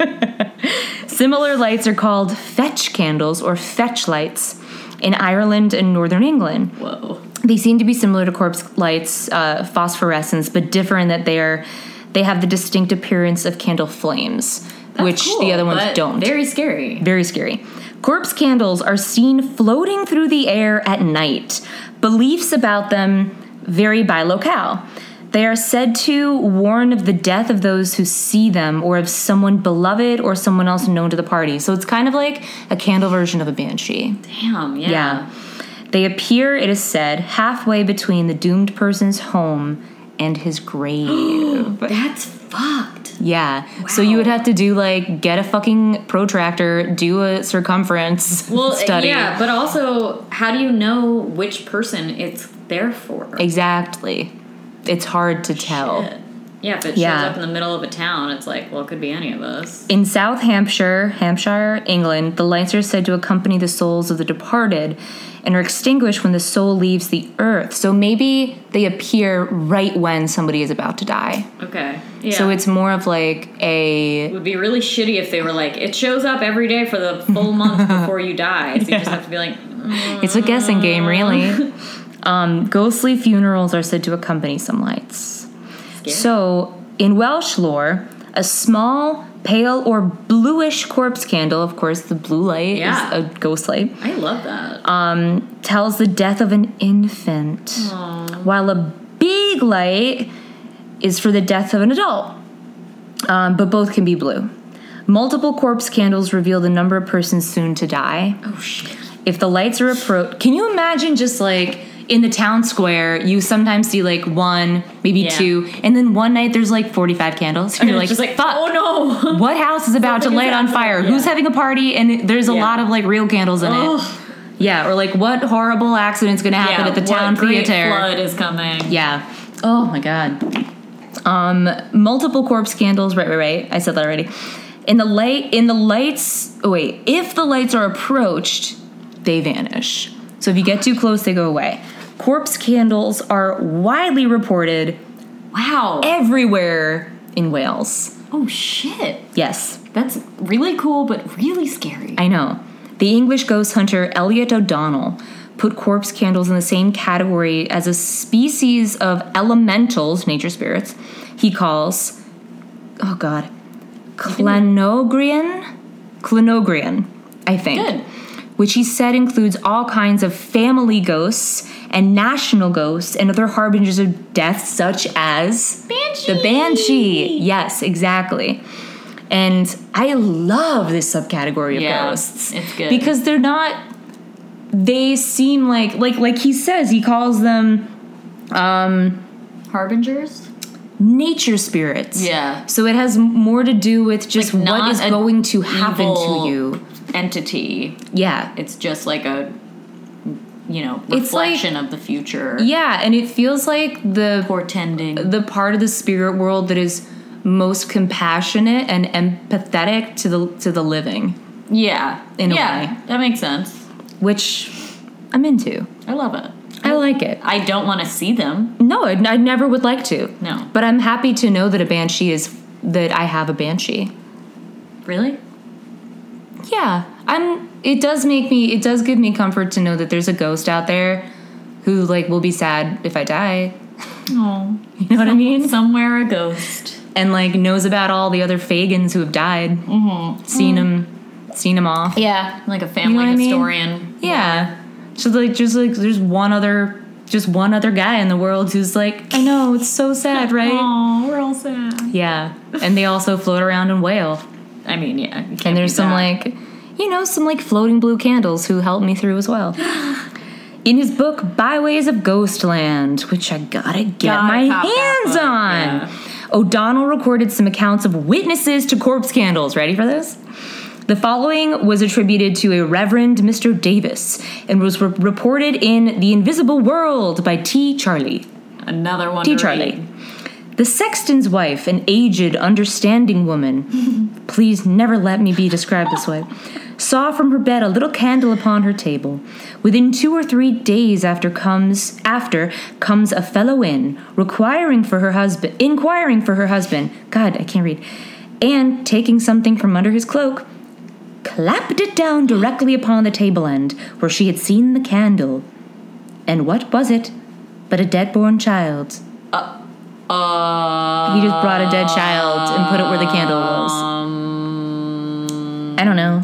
Similar lights are called fetch candles or fetch lights in Ireland and northern England.
Whoa.
They seem to be similar to corpse lights uh, phosphorescence, but differ in that they are they have the distinct appearance of candle flames,
That's
which
cool,
the other ones
but
don't.
Very scary.
Very scary. Corpse candles are seen floating through the air at night. Beliefs about them vary by locale. They are said to warn of the death of those who see them or of someone beloved or someone else known to the party. So it's kind of like a candle version of a banshee.
Damn. Yeah.
Yeah. Um, They appear, it is said, halfway between the doomed person's home and his grave.
That's fucked.
yeah. So you would have to do like get a fucking protractor, do a circumference
Well, uh,
study.
yeah, but also, how do you know which person it's there for?
Exactly. It's hard to tell.
Yeah, if it
Yeah.
shows up in the middle of a town, it's like, well, it could be any of us.
In South Hampshire, Hampshire, England, the lights are said to accompany the souls of the departed and are extinguished when the soul leaves the earth. So maybe they appear right when somebody is about to die.
Okay. Yeah.
So it's more of like a
It would be really shitty if they were like, it shows up every day for the full month before you die. So you just have to be like, mm,
it's a guessing game really. um, ghostly funerals are said to accompany some lights.
Scary.
So in Welsh lore, a small pale or bluish corpse candle, of course the blue light
Yeah.
is a ghost light,
I love that.
um, tells the death of an infant, while a big light is for the death of an adult. Um, but both can be blue. Multiple corpse candles reveal the number of persons soon to die.
oh shit.
If the lights are approached, can you imagine just like in the town square, you sometimes see like one, maybe
Yeah.
two, and then one night there's like 45 candles. And you're like,
It's just like,
fuck.
oh no.
What house is about to
Something's
light on
happening,
fire?
yeah.
Who's having a party? And there's a
Yeah.
lot of like real candles in
Ugh.
it. Yeah, or like what horrible accident's gonna happen at the
what
town
great
theater?
flood is coming.
Yeah. Oh my god. Um, multiple corpse candles. Right, right, right. I said that already. In the light, in the lights. Oh wait, if the lights are approached, they vanish. So if you get too close, they go away. Corpse candles are widely reported
Wow.
everywhere in Wales.
oh shit.
Yes.
That's really cool, but really scary.
I know. The English ghost hunter Elliot O'Donnell put corpse candles in the same category as a species of elementals, nature spirits, he calls, oh god, clanogrian? Clanogrian, I think.
Good.
Which he said includes all kinds of family ghosts and national ghosts and other harbingers of death, such as
Banshee.
the banshee. Yes, exactly. And I love this subcategory of
Yeah,
ghosts.
it's good.
Because they're not they seem like like like he says he calls them um
Harbingers.
nature spirits.
Yeah.
So it has m- more to do with just
Like,
what
not
is
a
going to happen
evil
to you.
Entity.
Yeah.
It's just like a, you know,
It's like-
reflection of the future.
Yeah, and it feels like the
Portending.
the part of the spirit world that is most compassionate and empathetic to the to the living,
Yeah.
In a
yeah,
way.
That makes sense.
which I'm into.
I love it.
I like it.
I don't want to see them.
No, I, I never would like to.
No.
But I'm happy to know that a banshee is that I have a banshee.
Really?
Yeah, I'm. It does make me. It does give me comfort to know that there's a ghost out there who like will be sad if I die.
Oh.
You know what I mean?
Somewhere a ghost.
And like knows about all the other Fagans who have died. Mm-hmm. Seen them, seen them all.
Yeah. Like a family
what I mean?
historian.
Yeah. So like, just like there's one other, just one other guy in the world who's like, I know it's so sad, right?
Oh, we're all sad.
yeah. And they also float around and wail.
I mean, yeah. you can't
and there's
be
some
that.
like you know some like floating blue candles who helped me through as well in his book byways of ghostland which i gotta get
Gotta
my
cop that
hands
book,
on
yeah.
o'donnell recorded some accounts of witnesses to corpse candles ready for this the following was attributed to a Reverend Mr. Davis and was re- reported in The Invisible World by T. Charlie.
another one.
T.
to
Charlie.
read.
The sexton's wife, an aged, understanding woman, please never let me be described this way, saw from her bed a little candle upon her table. Within two or three days after comes after comes a fellow in, requiring for her husband, inquiring for her husband. God, I can't read. And taking something from under his cloak, clapped it down directly upon the table end where she had seen the candle. And what was it but a dead-born child?
Uh,
He just brought a dead child and put it where the candle was.
um,
I don't know.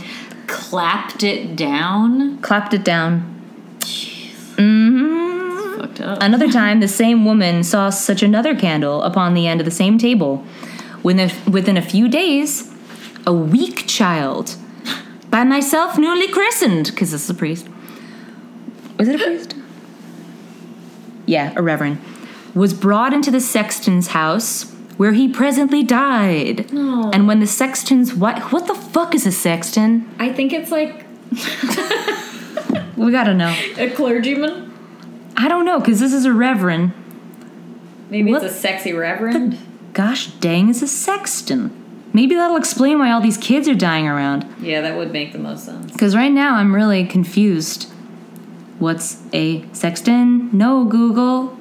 clapped it down.
Clapped it down. Mm-hmm.
Fucked up.
Another time, the same woman saw such another candle upon the end of the same table. Within a, within a few days, a weak child, by myself newly christened, because this is a priest. Was it a priest? Yeah, a reverend. Was brought into the sexton's house, where he presently died. And when the sexton's wife. What the fuck is a sexton?
I think it's like
We gotta know.
a clergyman.
I don't know, because this is a reverend.
Maybe
What?
it's a sexy reverend.
Gosh dang, is a sexton. Maybe that'll explain why all these kids are dying around.
yeah, that would make the most sense.
Because right now I'm really confused. What's a sexton? No, Google.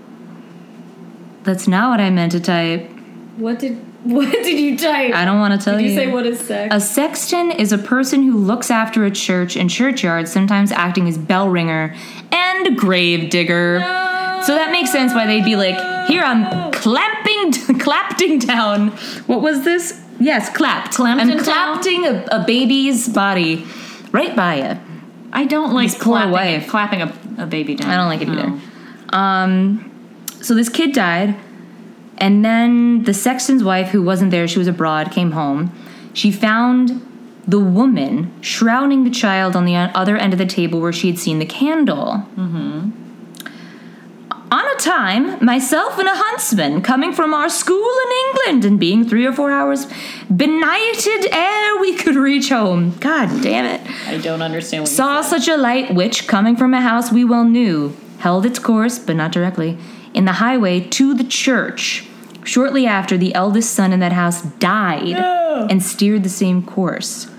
That's not what I meant to type.
What did what did you type?
I don't want to tell
did you say what is sex?
A sexton is a person who looks after a church and churchyard, sometimes acting as bell ringer and grave digger. So that makes sense why they'd be like, here I'm clamping, clapping down. What was this? Yes, clapped.
Clamped
I'm
it down?
clapping a, a baby's body right by it.
I don't like
poor
clapping,
wife.
clapping a, a baby down.
I don't like it either.
No.
Um, so this kid died, and then the sexton's wife, who wasn't there, she was abroad, came home. She found the woman shrouding the child on the o- other end of the table where she had seen the candle. On a time, myself and a huntsman coming from our school in England and being three or four hours benighted ere we could reach home. God damn it
I don't understand what
saw such a light which, coming from a house we well knew, held its course, but not directly, in the highway to the church. Shortly after, the eldest son in that house died and steered the same course.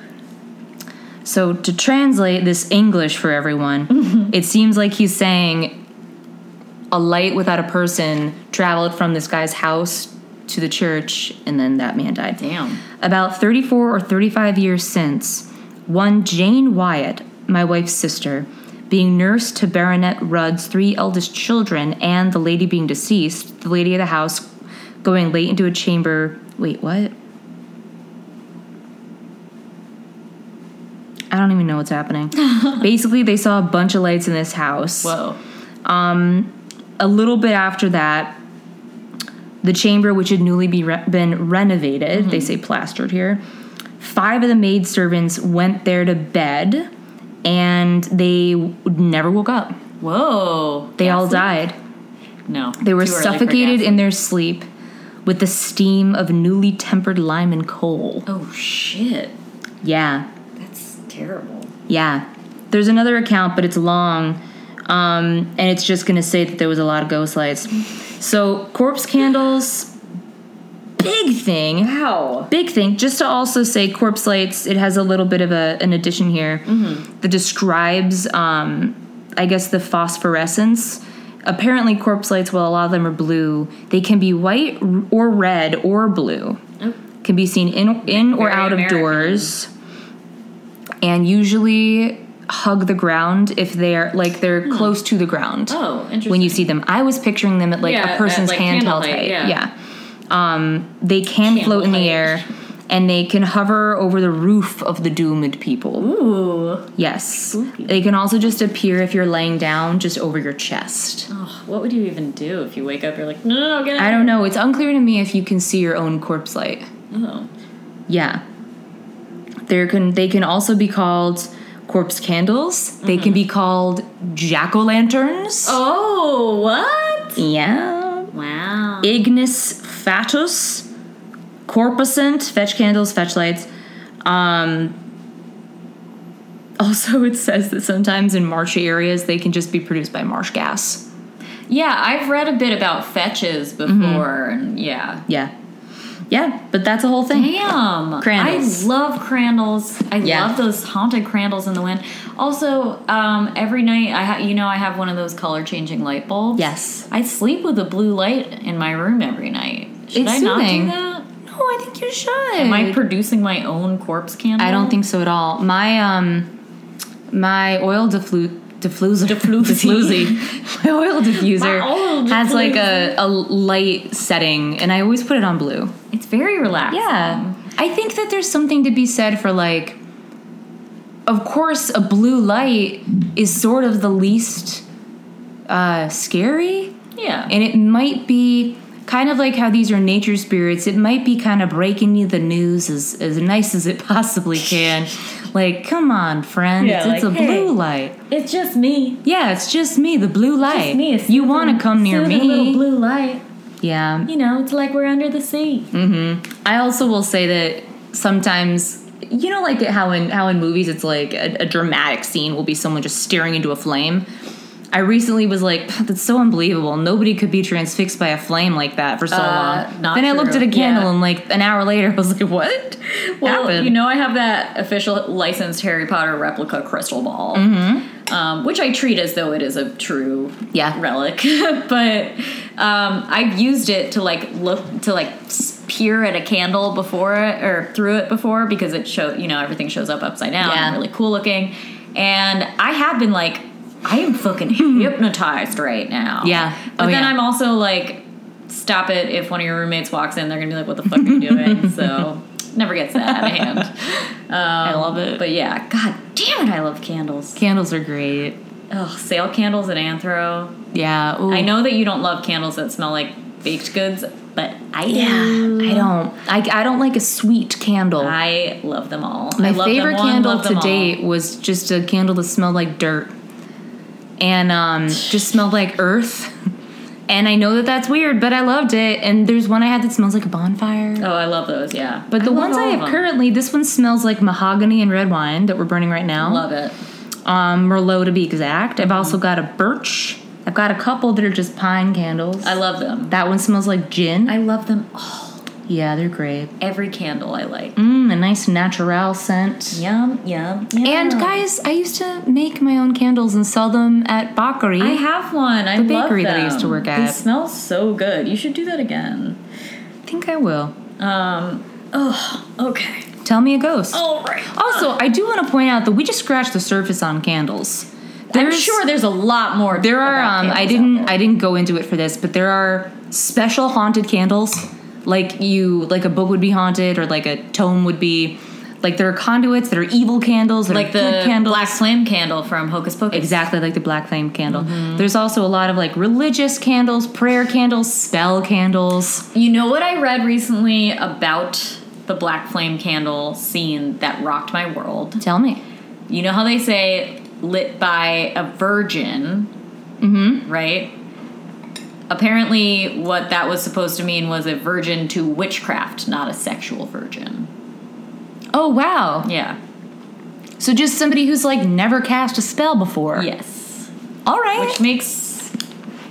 So, to translate this English for everyone, it seems like he's saying a light without a person traveled from this guy's house to the church, and then that man died.
Damn.
About 34 or 35 years since, one Jane Wyatt, my wife's sister, being nurse to Baronet Rudd's three eldest children and the lady being deceased, the lady of the house going late into a chamber. Wait, what? I don't even know what's happening. Basically, they saw a bunch of lights in this house
Whoa.
a little bit after that, the chamber, which had newly be re- been renovated,
Mm-hmm.
they say plastered here, five of the maid servants went there to bed and they w- never woke up.
Whoa.
They all
Gaslit?
died.
No.
They were
too early for
suffocated
gaslit.
in their sleep with the steam of newly tempered lime and coal.
Oh shit.
Yeah.
That's terrible.
Yeah. There's another account, but it's long. Um, and it's just going to say that there was a lot of ghost lights. So, corpse candles, big thing.
Wow.
Big thing. Just to also say, corpse lights, it has a little bit of a, an addition here
Mm-hmm.
that describes, um, I guess, the phosphorescence. Apparently, corpse lights, while a lot of them are blue, they can be white r- or red or blue
Oh.
can be seen in in or
Very
out of doors and usually hug the ground if they're like they're
Hmm.
close to the ground
Oh, interesting.
when you see them i was picturing them at like
Yeah,
a
at,
person's
like,
handheld
candlelight,
height
yeah.
um they can float in the
Candlelight.
air and they can hover over the roof of the doomed people
Ooh.
yes
Spooky.
they can also just appear if you're laying down just over your chest
Oh, what would you even do if you wake up? You're like, no, no, no, get out.
i don't know it's unclear to me if you can see your own corpse light
know.
Yeah. There can they can also be called corpse candles. They can be called jack o' lanterns.
Mm-hmm. Oh. Oh, what?
Yeah.
Wow.
Ignis fatus, corpuscent, fetch candles, fetch lights. Um, also, it says that sometimes in marshy areas they can just be produced by marsh gas.
yeah, I've read a bit about fetches before, and yeah.
Yeah, yeah, but that's a whole thing.
Damn.
Crandalls.
I love crandalls. I
Yeah.
love those haunted crandalls in the wind. Also, um, every night I ha- you know I have one of those color changing light bulbs.
Yes.
I sleep with a blue light in my room every night. Should
It's
I not
soothing.
do that?
No, I think you should.
Am I producing my own corpse candle?
I don't think so at all. My um, my oil difflu- diffuser,
Difflusi.
Difflusi. my oil diffuser
My oil
has like a, a light setting, and I always put it on blue.
It's very relaxed.
Yeah, I think that there's something to be said for like, of course, a blue light is sort of the least uh, scary.
Yeah.
And it might be kind of like how these are nature spirits, it might be kind of breaking you the news as, as nice as it possibly can. like, come on, friends,
Yeah,
it's
like,
a blue
hey.
light.
it's just me.
Yeah, it's just me, the blue light.
It's me. It's
you
soothing-
want to come near
soothing Little
me.
blue light.
yeah.
You know, it's like we're under the sea.
I also will say that sometimes you know like how in how in movies it's like a, a dramatic scene will be someone just staring into a flame. I recently was like, that's so unbelievable. Nobody could be transfixed by a flame like that for so
Uh,
long.
not
then I looked
true.
at a candle
Yeah.
and like an hour later I was like, what?
Well,
happened?
you know, I have that official licensed Harry Potter replica crystal ball, um, which I treat as though it is a true
Yeah.
relic. but um, I've used it to like look to like s- peer at a candle before it or through it before because it show you know everything shows up upside down,
Yeah.
and really cool looking, and I have been like, I am fucking hypnotized right now.
Yeah.
but
Oh,
then
yeah.
I'm also like stop it if one of your roommates walks in. They're gonna be like, "What the fuck are you doing?" so never gets that out of hand. Um, I
love it.
But yeah, god damn it, I love candles.
Candles are great.
Ugh, sale candles at Anthro.
Yeah. Ooh.
I know that you don't love candles that smell like baked goods, but I do.
Yeah. I don't. I, I don't like a sweet candle.
I love them all. I
My
love them
favorite
one,
candle
love
to
them all.
date was just a candle that smelled like dirt and um, just smelled like earth. And I know that that's weird, but I loved it. And there's one I had that smells like a bonfire.
Oh, I love those. Yeah,
but the
love
ones I
all of
have
them.
currently, this one smells like mahogany and red wine that we're burning right now.
love it. Mm-hmm.
Um, Merlot to be exact. I've also got a birch. I've got a couple that are just pine candles.
I love them.
that one smells like gin.
I love them all.
yeah, they're great.
Every candle I like.
Mm, a nice natural scent.
Yum, yum, yum.
And guys, I used to make my own candles and sell them at Bakery.
I have one. I
The
love
bakery that I used to
them.
work
They
at.
smell so good. You should do that again.
think I will.
Um. Oh. Okay.
Tell me a ghost.
All right.
Also, I do want to point out that we just scratched the surface on candles.
I'm sure there's a lot more.
There are.
about
Um, I
candles out
didn't.
there.
I didn't go into it for this, but there are special haunted candles. Like you, like a book would be haunted, or like a tome would be. Like there are conduits that are evil candles, that
like
are
the
good candles.
black flame candle from Hocus Pocus.
Exactly like the black flame candle. There's also a lot of like religious candles, prayer candles, spell candles.
You know what I read recently about the black flame candle scene that rocked my world?
Tell me.
You know how they say lit by a virgin,
Mm-hmm.
right? Apparently, what that was supposed to mean was a virgin to witchcraft, not a sexual virgin.
Oh wow.
Yeah.
So just somebody who's like never cast a spell before.
Yes.
All right.
Which makes,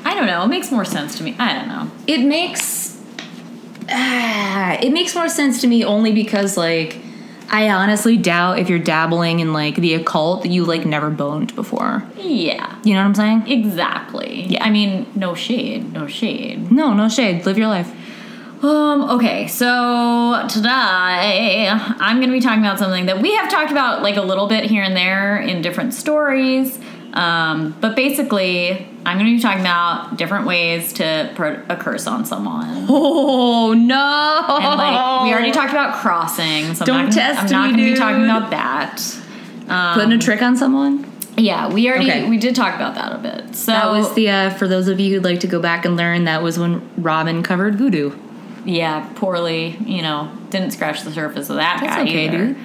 I don't know, it makes more sense to me. I don't know.
it makes ah, it makes more sense to me only because like I honestly doubt if you're dabbling in like the occult that you like never boned before.
Yeah.
You know what I'm saying?
Exactly. Yeah. I mean, no shade, no shade.
No, no shade. Live your life.
Um, okay, so today I'm gonna be talking about something that we have talked about like a little bit here and there in different stories. Um, but basically, I'm gonna be talking about different ways to put a curse on someone.
Oh no!
And like we already talked about crossing, so
Oh. Don't
I'm not gonna,
test
I'm not
me,
gonna be talking
dude.
about that.
putting a trick on someone.
Yeah, we already
Okay.
we did talk about that a bit. So
That was the uh, for those of you who'd like to go back and learn. That was when Robin covered voodoo.
yeah, poorly, you know, didn't scratch the surface of that
That's
guy
okay,
either.
dude.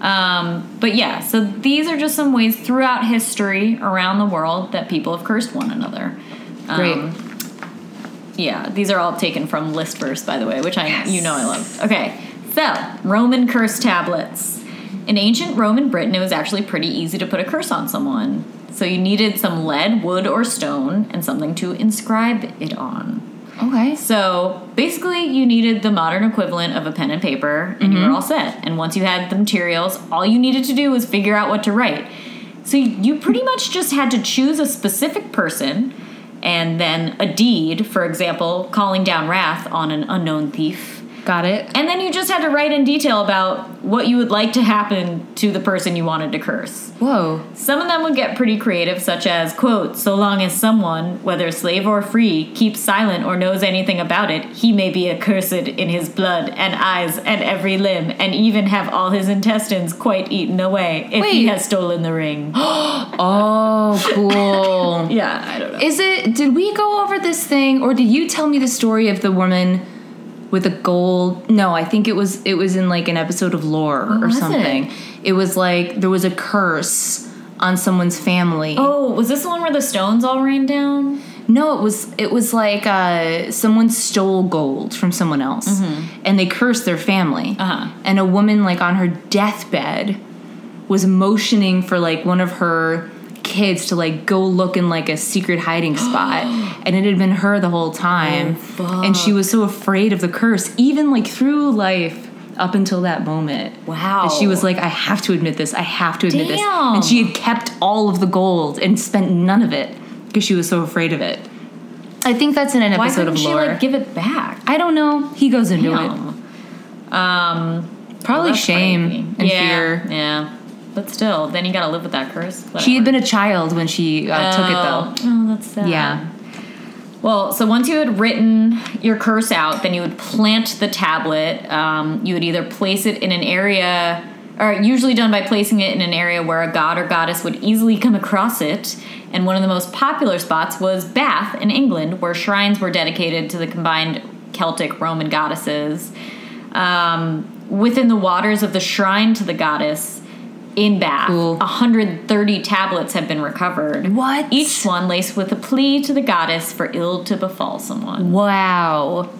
Um, but yeah, so these are just some ways throughout history around the world that people have cursed one another. Um,
Great.
Yeah, these are all taken from Listverse, by the way, which I
Yes.
you know I love. Okay, so Roman curse tablets. In ancient Roman Britain, it was actually pretty easy to put a curse on someone. So you needed some lead, wood, or stone, and something to inscribe it on.
Okay.
So basically, you needed the modern equivalent of a pen and paper, and you were all set. And once you had the materials, all you needed to do was figure out what to write. So you pretty much just had to choose a specific person and then a deed, for example, calling down wrath on an unknown thief.
Got it.
And then you just had to write in detail about what you would like to happen to the person you wanted to curse.
Whoa.
Some of them would get pretty creative, such as, quote, so long as someone, whether slave or free, keeps silent or knows anything about it, he may be accursed in his blood and eyes and every limb, and even have all his intestines quite eaten away if he
Wait.
has stolen the ring.
Oh, cool.
yeah, I don't know.
Is it? Did we go over this thing, or did you tell me the story of the woman with the gold? No, I think it was it was in like an episode of Lore or
Oh, was
something. It? was like there was a curse on someone's family.
oh, was this the one where the stones all ran down?
No, it was it was like uh, someone stole gold from someone else, and they cursed their family.
Uh-huh.
And a woman like on her deathbed was motioning for like one of her kids to like go look in like a secret hiding spot and it had been her the whole time and she was so afraid of the curse even like through life up until that moment
Wow.
that she was like i have to admit this i have to admit this
Damn.
and she had kept all of the gold and spent none of it because she was so afraid of it i think that's in an
Why
episode
couldn't
of
she,
lore
like, give it back?
i don't know he goes into it
Damn. Um,
probably
that's
shame
crazy.
and
yeah,
fear
Yeah. But still, then you gotta live with that curse.
she
Whatever.
had been a child when she uh, took it though
Oh, that's sad.
yeah
Well, so once you had written your curse out, then you would plant the tablet. Um, you would either place it in an area, or usually done by placing it in an area where a god or goddess would easily come across it. And one of the most popular spots was Bath in England, where shrines were dedicated to the combined Celtic Roman goddesses. Um, within the waters of the shrine to the goddess in Bath,
Cool.
130 tablets have been recovered.
What?
Each one laced with a plea to the goddess for ill to befall someone.
Wow.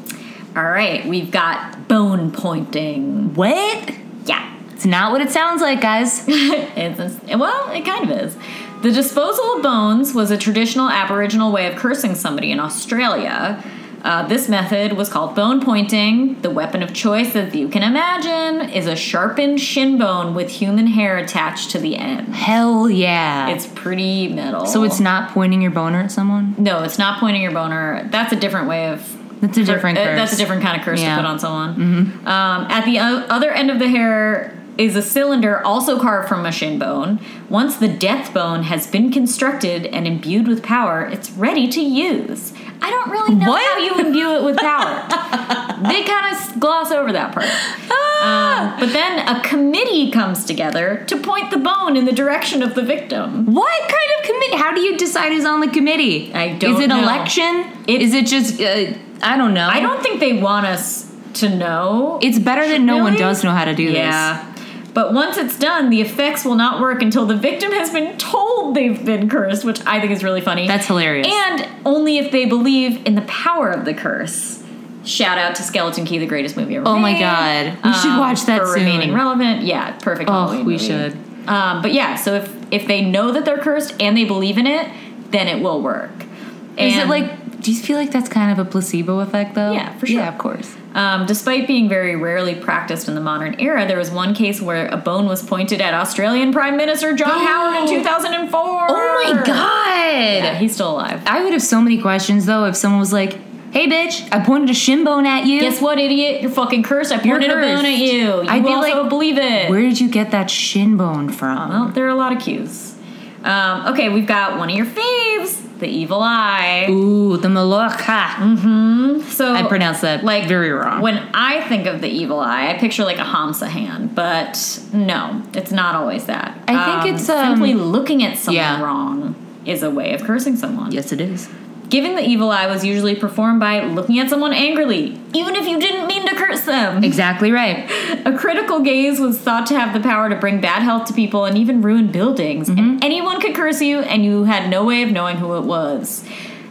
All right, we've got bone pointing.
What?
Yeah.
It's not what it sounds like, guys.
It's, well, it kind of is. The disposal of bones was a traditional Aboriginal way of cursing somebody in Australia. Uh, this method was called bone pointing. The weapon of choice, as you can imagine, is a sharpened shin bone with human hair attached to the end.
Hell yeah.
It's pretty metal.
so it's not pointing your boner at someone?
No, it's not pointing your boner. That's a different way of
That's a different
Uh,
curse.
That's a different kind of curse
Yeah. Mm-hmm.
to put on someone. Um, at the o- other end of the hair is a cylinder also carved from a shin bone. Once the death bone has been constructed and imbued with power, it's ready to use. I don't really know
What?
how you imbue it with power. they kind of gloss over that part.
Ah!
Um, but then a committee comes together to point the bone in the direction of the victim.
What kind of committee? How do you decide who's on the committee?
I don't
Is it
know.
election? Is it just? Uh, I don't know.
I don't think they want us to know.
It's better that no one
Really?
does know how to do this.
Yeah. But once it's done, the effects will not work until the victim has been told they've been cursed, which I think is really funny.
That's hilarious.
And only if they believe in the power of the curse. Shout out to Skeleton Key, the greatest movie ever.
Oh my
made. Um,
God. We should watch that
for
soon.
remaining relevant. Yeah, perfect.
Oh,
Halloween
we
movie.
should.
Um, but yeah, so if if they know that they're cursed and they believe in it, then it will work.
Is it
And-
like? Do you feel like that's kind of a placebo effect though?
Yeah, for sure.
Yeah, of course.
Um, despite being very rarely practiced in the modern era, there was one case where a bone was pointed at Australian Prime Minister John Howard in 2004.
Oh my god!
Yeah, he's still alive.
I would have so many questions though if someone was like, "Hey, bitch, I pointed a shin bone at you.
Guess what, idiot? You're fucking cursed. I
You're
pointed a bone
cursed.
at you. You
I'd be
also
like,
believe it.
Where did you get that shin bone from?
Well, there are a lot of cues. Um, okay, we've got one of your faves, the evil eye.
Ooh, the malocha.
So
I pronounced that like very wrong.
Mm. When I think of the evil eye, I picture like a Hamsa hand, but no, it's not always that.
I think it's, um,
simply looking at someone
yeah.
wrong is a way of cursing someone.
yes, it is.
Giving the evil eye was usually performed by looking at someone angrily, even if you didn't mean to curse them.
Exactly right.
A critical gaze was thought to have the power to bring bad health to people and even ruin buildings.
Mm-hmm.
And anyone could curse you, and you had no way of knowing who it was.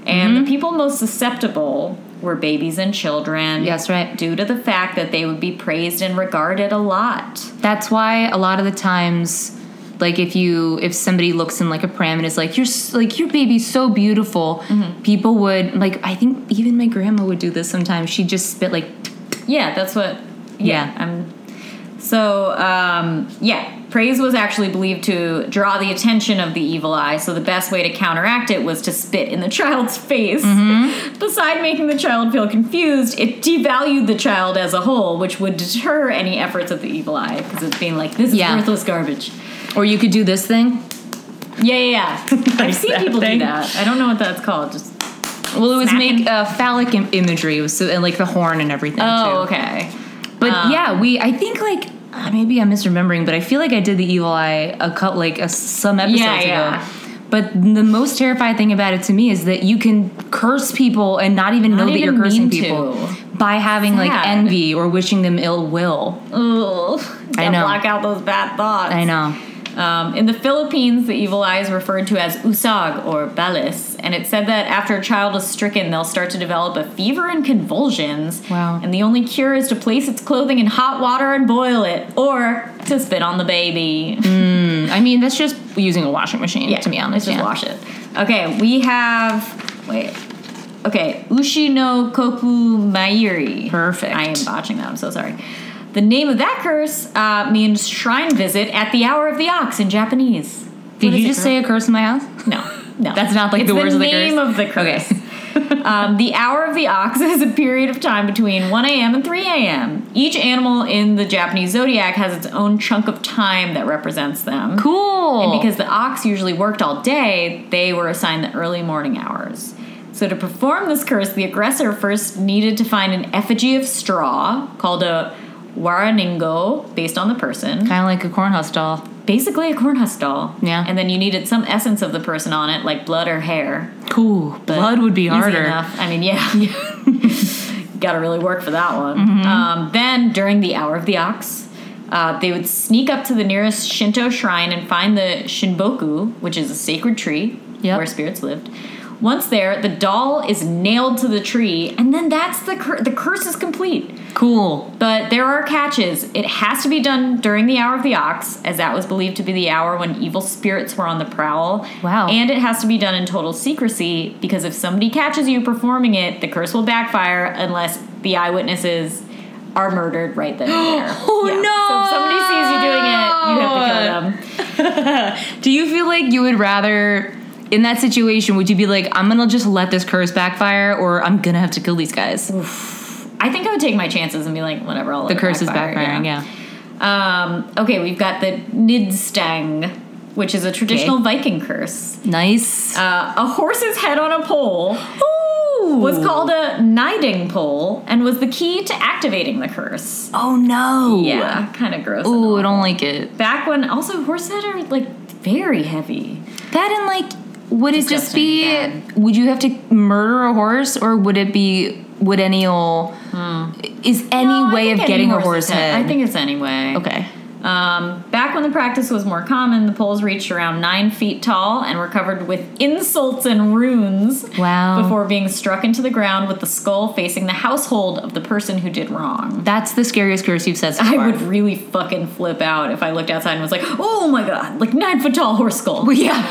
And
Mm-hmm.
the people most susceptible were babies and children.
Yes, right.
Due to the fact that they would be praised and regarded a lot.
That's why a lot of the times, like if you if somebody looks in like a pram and is like you're s- like your baby's so beautiful, people would like I think even my grandma would do this sometimes. She would just spit like
Yeah, that's what.
Yeah.
Yeah, I'm. So um, yeah, praise was actually believed to draw the attention of the evil eye. So the best way to counteract it was to spit in the child's face. Beside making the child feel confused, it devalued the child as a whole, which would deter any efforts of the evil eye because it's being like this is
Yeah.
worthless garbage.
or you could do this thing.
Yeah, yeah, yeah. I've seen
that
people
thing.
do that. I don't know what that's called. Just
Well, it was
Smacking.
make uh, phallic im- imagery, was so, and like the horn and everything. too.
oh, okay.
But
Um,
yeah, we. I think like uh, maybe I'm misremembering, but I feel like I did the evil eye a cut like a, some episodes
Yeah, yeah.
ago. But the most terrifying thing about it to me is that you can curse people and not even know that
even
you're
mean
cursing
to.
people by having like
Sad.
envy or wishing them ill will.
Ugh,
I
gotta
know.
Block out those bad thoughts.
I know.
Um, in the Philippines, the evil eye is referred to as usag or balis, and it's said that after a child is stricken, they'll start to develop a fever and convulsions.
Wow.
And the only cure is to place its clothing in hot water and boil it, or to spit on the baby.
I mean, that's just using a washing machine to be honest.
Just
yeah.
wash it. Okay, we have. Wait. Okay, Ushi no Koku Mairi.
Perfect.
I am botching that, I'm so sorry. The name of that curse uh, means shrine visit at the hour of the ox in Japanese.
Did
What is
you
it,
just
girl?
say a curse in my house?
No, no.
That's not, like,
It's
the words of the
name
curse?
of the curse. um, the hour of the ox is a period of time between 1 a.m. and 3 a.m. Each animal in the Japanese zodiac has its own chunk of time that represents them.
Cool.
And because the ox usually worked all day, they were assigned the early morning hours. So to perform this curse, the aggressor first needed to find an effigy of straw called a waraningo, based on the person
kind of like a cornhouse doll.
basically a cornhusk doll.
Yeah.
And then you needed some essence of the person on it, like blood or hair.
Cool.
But
Blood would be
easy
harder.
enough. I mean, yeah. Got to really work for that one.
Mm-hmm.
Um, then during the hour of the ox, uh, they would sneak up to the nearest Shinto shrine and find the Shinboku, which is a sacred tree
Yep.
where spirits lived. Once there, the doll is nailed to the tree, and then that's the cur- the curse is complete.
Cool.
But there are catches. It has to be done during the hour of the ox, as that was believed to be the hour when evil spirits were on the prowl.
Wow.
And it has to be done in total secrecy, because if somebody catches you performing it, the curse will backfire unless the eyewitnesses are murdered right then and there.
Oh,
So if somebody sees you doing it, you have to kill them.
Do you feel like you would rather in that situation, would you be like, I'm gonna just let this curse backfire, or I'm gonna have to kill these guys?
I think I would take my chances and be like, whatever. I'll
the curse is backfiring. Yeah.
Um, okay, we've got the Nidstang, which is a traditional Viking curse.
Nice.
Uh, a horse's head on a pole
Ooh.
was Uh, called a niding pole and was the key to activating the curse.
Oh no.
Yeah, kind of gross. and
Ooh, I
all.
don't like it.
Back when also horse head are like very heavy.
That and like, would it just
Disgusting,
be?
bad.
Would you have to murder a horse, or would it be? Would any old? Is any
Hmm. No, I
way
think
of
any
getting a
horse's
horse head?
I think it's anyway.
Okay.
Um, back when the practice was more common, the poles reached around nine feet tall and were covered with insults and runes.
Wow.
Before being struck into the ground with the skull facing the household of the person who did wrong.
That's the scariest curse you've said so
I
far.
would really fucking flip out if I looked outside and was like, oh my god, like nine foot tall horse skull.
Yeah.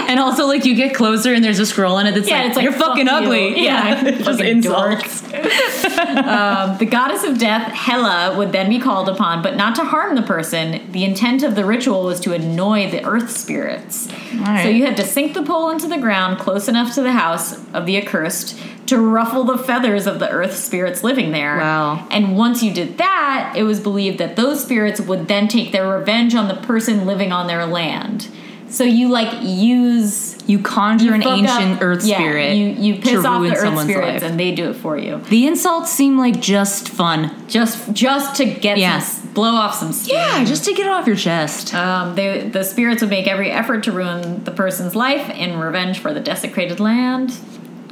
and also, like, you get closer and there's a scroll on it that's
Yeah,
like,
it's like,
you're
fuck
fucking
you."
ugly.
Yeah,
It's just
fucking dork.
insults.
Um, the goddess of death, Hela, would then be called upon, but not to harm the person. The intent of the ritual was to annoy the earth spirits.
right.
So you had to sink the pole into the ground close enough to the house of the accursed to ruffle the feathers of the earth spirits living there.
Wow.
And once you did that, it was believed that those spirits would then take their revenge on the person living on their land. So you like use
You conjure an
fuck
ancient
up-
earth
yeah,
spirit.
You you
to
piss off
ruin
the earth
someone's
spirits
life.
and they do it for you.
the insults seem like just fun.
Just just to get
Yeah.
some blow off some steam.
Yeah, just to get it off your chest.
Um, they, the spirits would make every effort to ruin the person's life in revenge for the desecrated land.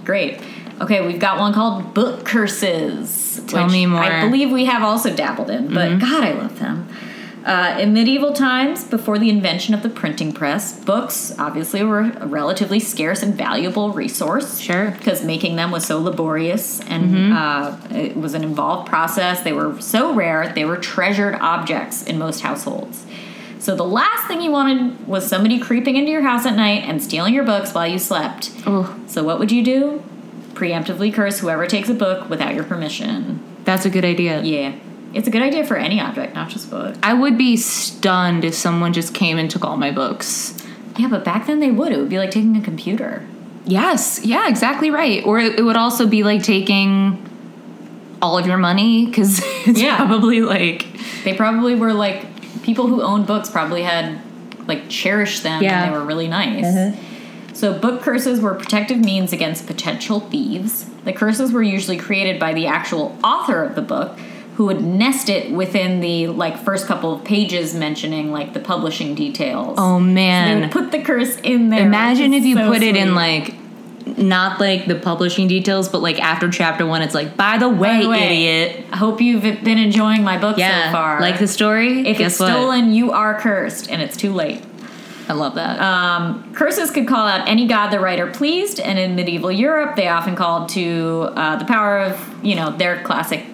Great. Okay, we've got one called Book Curses.
Tell
which
me more.
I believe we have also dabbled in, but God, I love them. Uh, in medieval times, before the invention of the printing press, books obviously were a relatively scarce and valuable resource.
Sure.
Because making them was so laborious and uh, it was an involved process. They were so rare, they were treasured objects in most households. So the last thing you wanted was somebody creeping into your house at night and stealing your books while you slept.
oh,
So what would you do? Preemptively curse whoever takes a book without your permission.
that's a good idea.
Yeah. It's a good idea for any object, not just books.
I would be stunned if someone just came and took all my books.
Yeah, but back then they would. It would be like taking a computer.
Yes, yeah, exactly right. Or it, it would also be like taking all of your money because it's
Yeah.
probably like
They probably were like people who owned books probably had like cherished them
Yeah. Mm-hmm.
and they were really nice. So book curses were protective means against potential thieves. The curses were usually created by the actual author of the book who would nest it within the like first couple of pages mentioning like the publishing details.
oh
They
man.
would put the curse in there.
Imagine
which
if
is
you
so
put it in
sweet.
like not like the publishing details, but like after chapter one, it's like, by the way,
the way,
idiot.
I hope you've been enjoying my book
Yeah,
so far.
like the story.
if
guess
it's
what?
stolen, you are cursed, and it's too late.
I love that.
Um, curses could call out any god the writer pleased, and in medieval Europe, they often called to uh, the power of, you know, their classic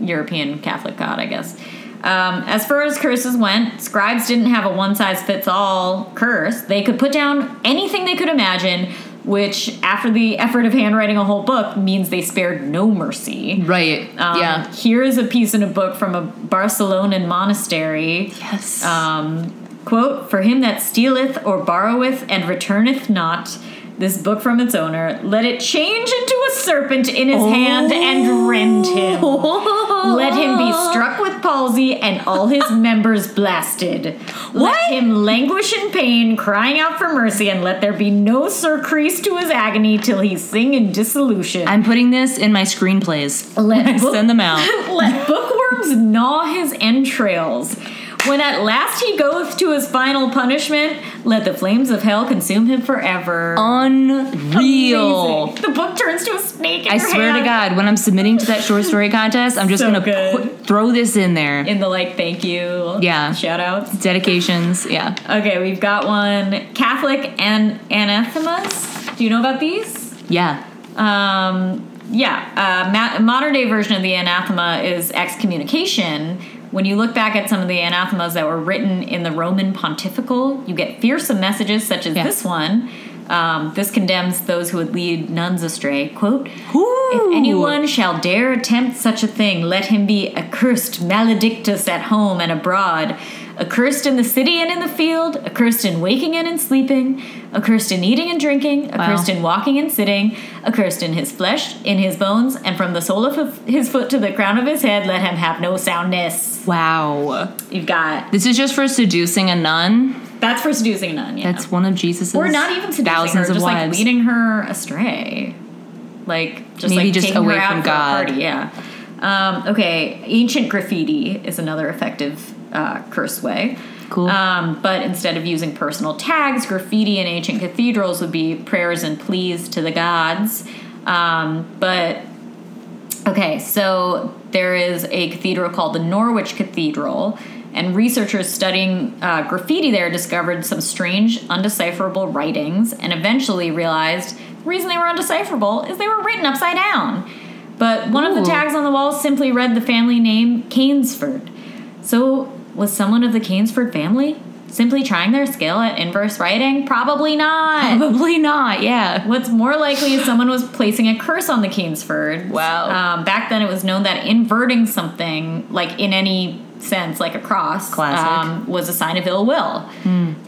European Catholic god, I guess. Um, as far as curses went, scribes didn't have a one size fits all curse. They could put down anything they could imagine, which, after the effort of handwriting a whole book, means they spared no mercy.
right.
Um,
yeah.
Here is a piece in a book from a Barcelonan monastery.
Yes.
Um, quote, For him that stealeth or borroweth and returneth not this book from its owner, let it change into a serpent in his hand and rend him. Let him be struck with palsy and all his members blasted.
What?
Let him languish in pain, crying out for mercy, and let there be no surcrease to his agony till he sing in dissolution.
I'm putting this in my screenplays.
let book
Send them out.
let bookworms gnaw his entrails. When at last he goeth to his final punishment, let the flames of hell consume him forever.
Unreal.
Amazing. The book turns to a snake. In
I
your
swear to
hand.
God, when I'm submitting to that short story contest, I'm just
So
gonna
good.
put, throw this in there.
In the like, thank you.
Yeah.
Shout outs.
Dedications, yeah.
Okay, we've got one Catholic and anathemas. Do you know about these?
Yeah.
Um, yeah, uh, ma- modern day version of the anathema is excommunication. When you look back at some of the anathemas that were written in the Roman pontifical, you get fearsome messages such as
Yeah.
this one. Um, this condemns those who would lead nuns astray. Quote, if anyone shall dare attempt such a thing, let him be accursed, maledictus at home and abroad, accursed in the city and in the field, accursed in waking in and sleeping, accursed in eating and drinking, accursed in walking and sitting, accursed in his flesh, in his bones, and from the sole of his foot to the crown of his head, let him have no soundness.
Wow.
You've got
This is just for seducing a nun.
that's for seducing none. Yeah,
That's one of Jesus'
or not even seducing
thousands
her,
of
just like
wives.
leading her astray, like just
Maybe
like
just
taking
away
her out
from
for a
God.
party, yeah. Um, okay, ancient graffiti is another effective uh, curse way.
Cool.
Um, but instead of using personal tags, graffiti in ancient cathedrals would be prayers and pleas to the gods. Um, but Okay, so there is a cathedral called the Norwich Cathedral, and researchers studying uh, graffiti there discovered some strange, undecipherable writings, and eventually realized the reason they were undecipherable is they were written upside down. But one of
Ooh.
the tags on the wall simply read the family name Canesford. So, was someone of the Canesford family simply trying their skill at inverse writing? Probably not.
Probably not. Yeah.
What's more likely is someone was placing a curse on the Kingsford.
Wow.
Um, back then, it was known that inverting something, like in any sense, like a cross,
Classic. Hmm.
Um, was a sign of ill will.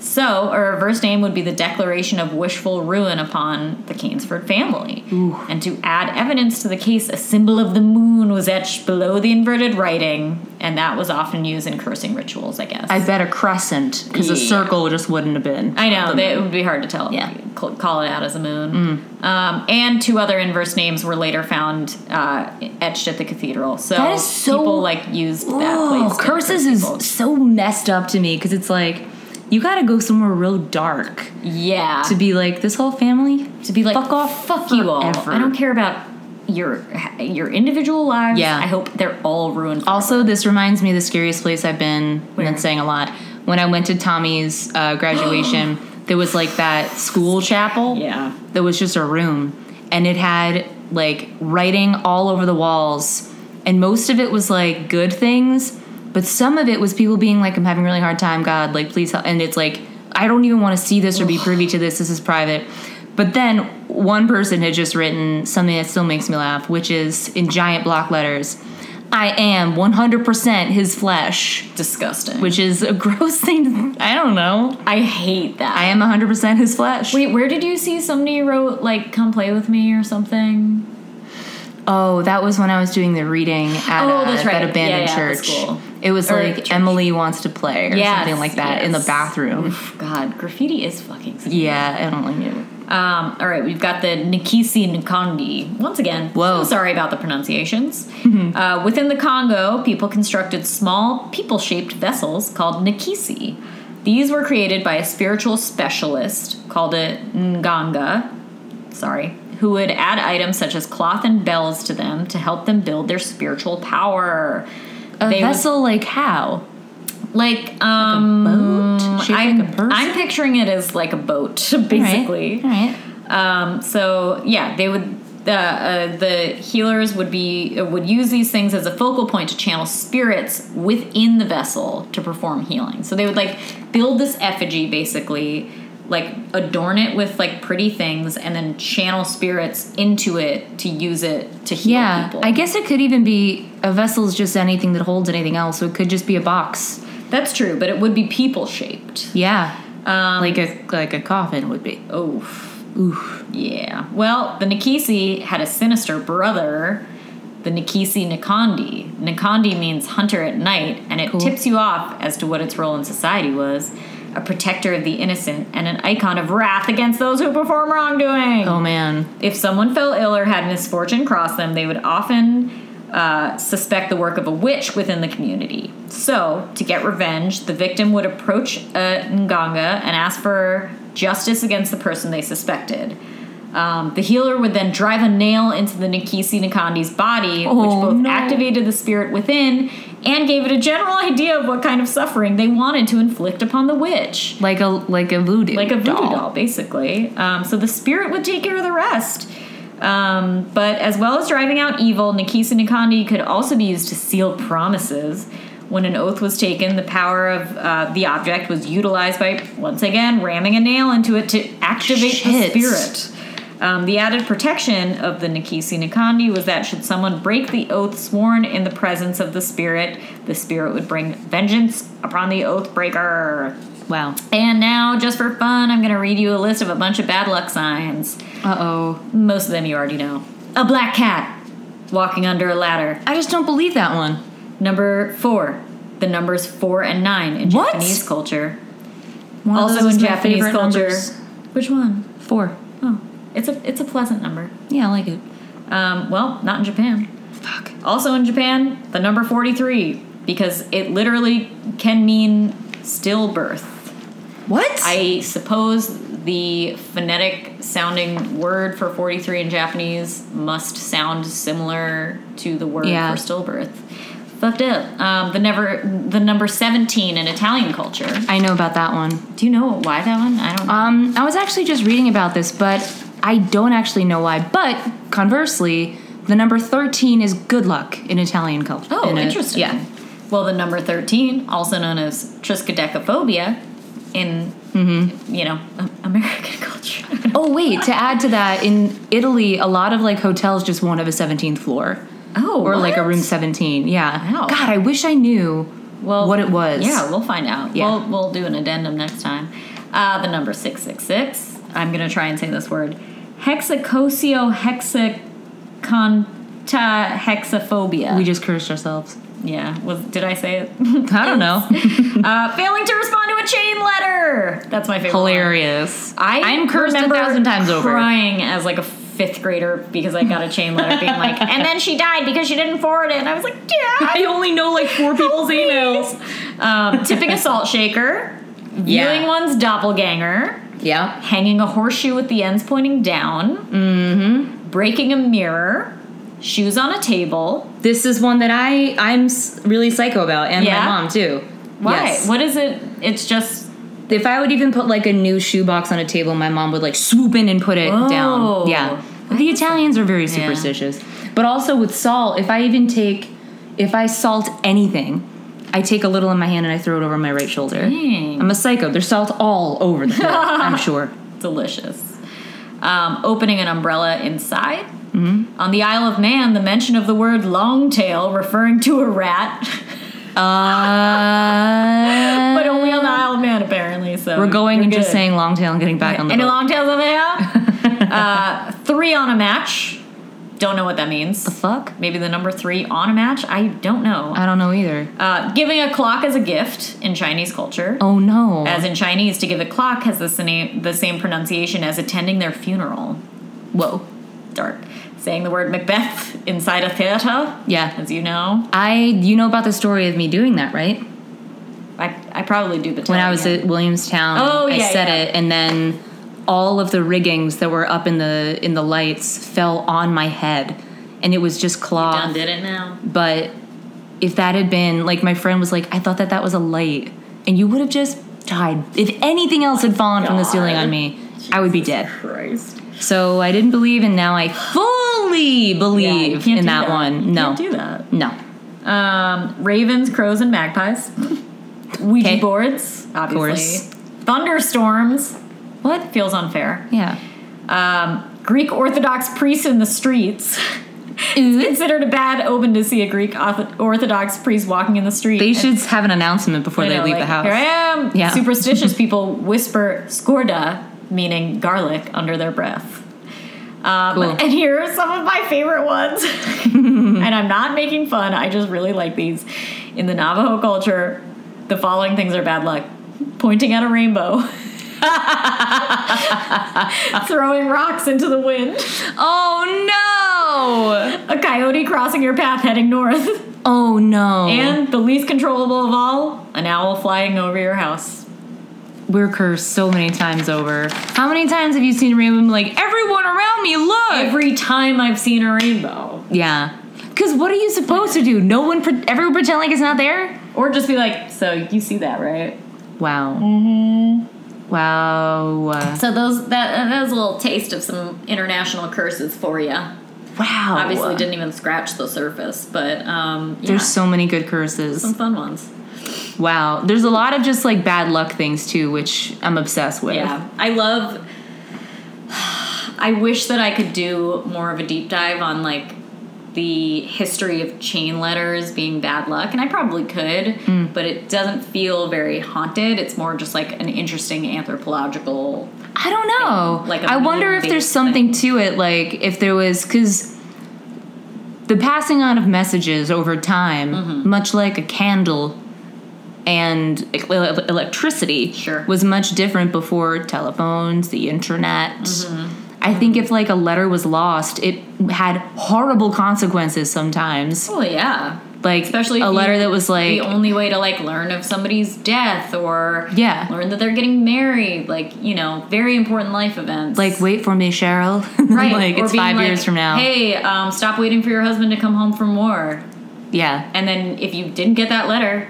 So, a reverse name would be the declaration of wishful ruin upon the Kingsford family. And to add evidence to the case, a symbol of the moon was etched below the inverted writing, and that was often used in cursing rituals, I guess.
I bet a crescent because a
Yeah.
circle just wouldn't have been.
I know that it would be hard to tell.
Yeah.
call, call it out as a moon. Um, and two other inverse names were later found uh, etched at the cathedral. So
That is so-
people like used that
Oh,
place. to
curses
curse
is
people.
so messed up to me because it's like you got to go somewhere real dark
yeah
to be like this whole family.
to be like
fuck off
fuck you all.
forever.
I don't care about your your individual lives.
Yeah.
I hope they're all ruined. forever.
Also, this reminds me of the scariest place I've been. And
Where?
that's saying a lot. When I went to Tommy's uh, graduation, there was like that school chapel.
yeah,
There was just a room, and it had like writing all over the walls, and most of it was like good things, but some of it was people being like, "I'm having a really hard time, God, like please help," and it's like, "I don't even want to see this or be privy to this. This is private." But then one person had just written something that still makes me laugh, which is in giant block letters, "I am 100% his flesh,"
disgusting.
which is a gross thing. I don't know.
I hate that.
I am 100% his flesh.
Wait, where did you see somebody wrote like "Come play with me" or something?
Oh, that was when I was doing the reading at,
Oh,
a,
that's right.
that
Yeah, yeah, at
abandoned
the
church.
school.
It was
Or
like
church.
Emily wants to play or
Yes,
something like that in the
yes. Mm-hmm.
bathroom.
God, graffiti is fucking. scary.
Yeah, I don't like it.
Um, all right, we've got the Nikisi Nkondi. Once again,
Whoa. Mm-hmm.
so sorry about the pronunciations. Uh, within the Congo, people constructed small, people shaped vessels called Nikisi. These were created by a spiritual specialist called a Nganga, sorry, who would add items such as cloth and bells to them to help them build their spiritual power.
A
They would-
vessel like how?
like, um,
boat? Shaped
I'm,
like a person?
I'm picturing it as like a boat, basically.
All right.
Um, so yeah, they would. Uh, uh, the healers would be uh, would use these things as a focal point to channel spirits within the vessel to perform healing. So they would like build this effigy, basically, like adorn it with like pretty things, and then channel spirits into it to use it to heal
Yeah,
people.
I guess it could even be a vessel's just anything that holds anything else. So it could just be a box.
that's true, but it would be people shaped.
Yeah,
Um,
like a like a coffin would be.
oh.
Oof.
Yeah. Well, the Nikisi had a sinister brother, the Nikisi Nikandi. Nikandi means hunter at night, and it
Cool.
tips you off as to what its role in society was a protector of the innocent and an icon of wrath against those who perform wrongdoing.
Oh man.
If someone fell ill or had misfortune cross them, they would often uh, suspect the work of a witch within the community. So, to get revenge, the victim would approach a Nganga and ask for justice against the person they suspected. Um, the healer would then drive a nail into the Nikisi Nikandi's body, which
Oh,
both
no.
activated the spirit within and gave it a general idea of what kind of suffering they wanted to inflict upon the witch
Like a like a voodoo.
like a voodoo doll, basically. Um, so the spirit would take care of the rest. Um, but as well as driving out evil, Nikisa Nikandi could also be used to seal promises. When an oath was taken, the power of uh, the object was utilized by, once again, ramming a nail into it to activate
Shit.
the spirit. Um, the added protection of the Nikisi Nikandi was that should someone break the oath sworn in the presence of the spirit, the spirit would bring vengeance upon the oath breaker.
Wow.
And now, just for fun, I'm going to read you a list of a bunch of bad luck signs.
Uh oh.
Most of them you already know. A black cat walking under a ladder.
I just don't believe that one.
Number four, the numbers four and nine in
What?
Japanese culture.
One of
also
those
in
is my
Japanese
favorite
culture.
numbers.
Which one?
Four.
Oh, it's a it's a pleasant number.
Yeah, I like it.
Um, well, not in Japan.
Fuck.
Also in Japan, the number forty-three because it literally can mean stillbirth.
What?
I suppose the phonetic sounding word for 43 in Japanese must sound similar to the word
Yeah.
for stillbirth. Fucked up. Um, the never the number 17 in Italian culture.
I know about that one.
Do you know why that one? I don't know.
Um, I was actually just reading about this, but I don't actually know why. But conversely, the number thirteen is good luck in Italian culture.
oh,
in a-
interesting.
yeah.
Well, the number 13, also known as triskaidekaphobia in
Mm-hmm.
you know, A- American culture.
Oh wait, to add to that, in Italy, a lot of like hotels just won't have a seventeenth floor
oh,
or like a
what?
room seventeen. Yeah.
Wow.
God, I wish I knew
well,
what it was.
Yeah, we'll find out.
Yeah.
We'll, we'll do an addendum next time. Uh, the number 666. I'm going to try and say this word. Hexacosio hexaconta hexaphobia.
We just cursed ourselves.
yeah, was, did I say it?
I don't know.
uh, failing to respond to a chain letter. That's my favorite. one.
Hilarious.
I
I'm cursed a
remember
thousand times over.
Crying as like a fifth grader because I got a chain letter being like, and then she died because she didn't forward it. And I was like, yeah.
I only know like four people's emails.
Um, tipping a salt shaker,
Yeah.
viewing one's doppelganger,
Yeah.
hanging a horseshoe with the ends pointing down, mm-hmm. breaking a mirror, shoes on a table.
This is one that I I'm s- really psycho about, and
Yeah?
my mom too.
Why?
Yes.
What is it? It's just
If I would even put like a new shoebox on a table, my mom would like swoop in and put it
Oh.
down. Yeah. But the Italians are very superstitious. But also with salt, if I even take, if I salt anything, I take a little in my hand and I throw it over my right shoulder.
Dang.
I'm a psycho. There's salt all over the floor. I'm sure.
Mm, delicious. Um, opening an umbrella inside.
Mm-hmm.
On the Isle of Man, the mention of the word long tail referring to a rat,
Uh,
but only on the Isle of Man apparently. So
we're going and just
good.
saying long tail and getting back on the
Any
boat.
long tails over here? uh, three on a match. Don't know what that means.
Fuck.
Maybe the number three on a match. I don't know.
I don't know either.
Uh, giving a clock as a gift in Chinese culture.
Oh no.
As in Chinese, to give a clock has the same, the same pronunciation as attending their funeral.
Whoa.
Dark. Saying the word Macbeth inside a theater,
Yeah.
as you know.
I you know about the story of me doing that, right?
I, I probably do, but
When I
telling
was
you.
at Williamstown,
Oh,
I
yeah,
said
yeah.
it and then all of the riggings that were up in the in the lights fell on my head and it was just
done,
cloth.
did it now.
But if that had been like my friend was like, I thought that that was a light and you would have just died. If anything else had fallen from the ceiling
God.
on me, I would be dead.
Christ.
So I didn't believe and now I fully
Yeah, you
believe
can't
in
do
that, one.
You
No.
Can't do that.
no.
Um, ravens, crows, and magpies. Ouija
Okay.
boards, obviously.
course.
Thunderstorms. What feels unfair?
Yeah.
Um, Greek Orthodox priests in the streets.
Ooh.
Considered a bad omen to see a Greek Ortho- Orthodox priest walking in the street.
They
And-
should have an announcement before
you
they
know,
leave
like,
the house.
Here I am.
Yeah.
Superstitious people whisper "skorda," meaning garlic, under their breath. Um,
Cool.
And here are some of my favorite ones. and I'm not making fun. I just really like these. In the Navajo culture, the following things are bad luck: pointing at a rainbow, throwing rocks into the wind,
Oh
a coyote crossing your path heading north,
no! Oh no!
and the least controllable of all, an owl flying over your house.
we're cursed so many times over. How many times have you seen Rainbow and be like everyone around me? Look!
every time I've seen a rainbow.
yeah. Because what are you supposed to do? No one, pre- everyone pretend like it's not there.
Or just be like, so you see that, right?
Wow.
Mm-hmm.
Wow.
So those that that was a little taste of some international curses for you.
Wow.
Obviously, didn't even scratch the surface, but um, yeah,
uh. There's so many good curses.
some fun ones.
Wow. There's a lot of just like bad luck things too, which I'm obsessed with.
Yeah, I love. I wish that I could do more of a deep dive on like the history of chain letters being bad luck, and I probably could, but it doesn't feel very haunted. It's more just like an interesting anthropological.
I don't know.
Like a
I wonder if there's
meaning-based
something to it. Like if there was, because the passing on of messages over time,
Mm-hmm.
much like a candle and e- e- electricity,
Sure.
was much different before telephones, the internet.
Mm-hmm.
I think if like a letter was lost, it had horrible consequences sometimes.
Well, oh, yeah.
Like
Especially
a
if
letter
you-
that was like
the only way to like learn of somebody's death or
Yeah.
learn that they're getting married, like you know, very important life events.
like wait for me, Cheryl. And then,
right?
like
or
it's
being
five
like,
years from now.
Hey, um, stop waiting for your husband to come home from war.
Yeah.
And then if you didn't get that letter,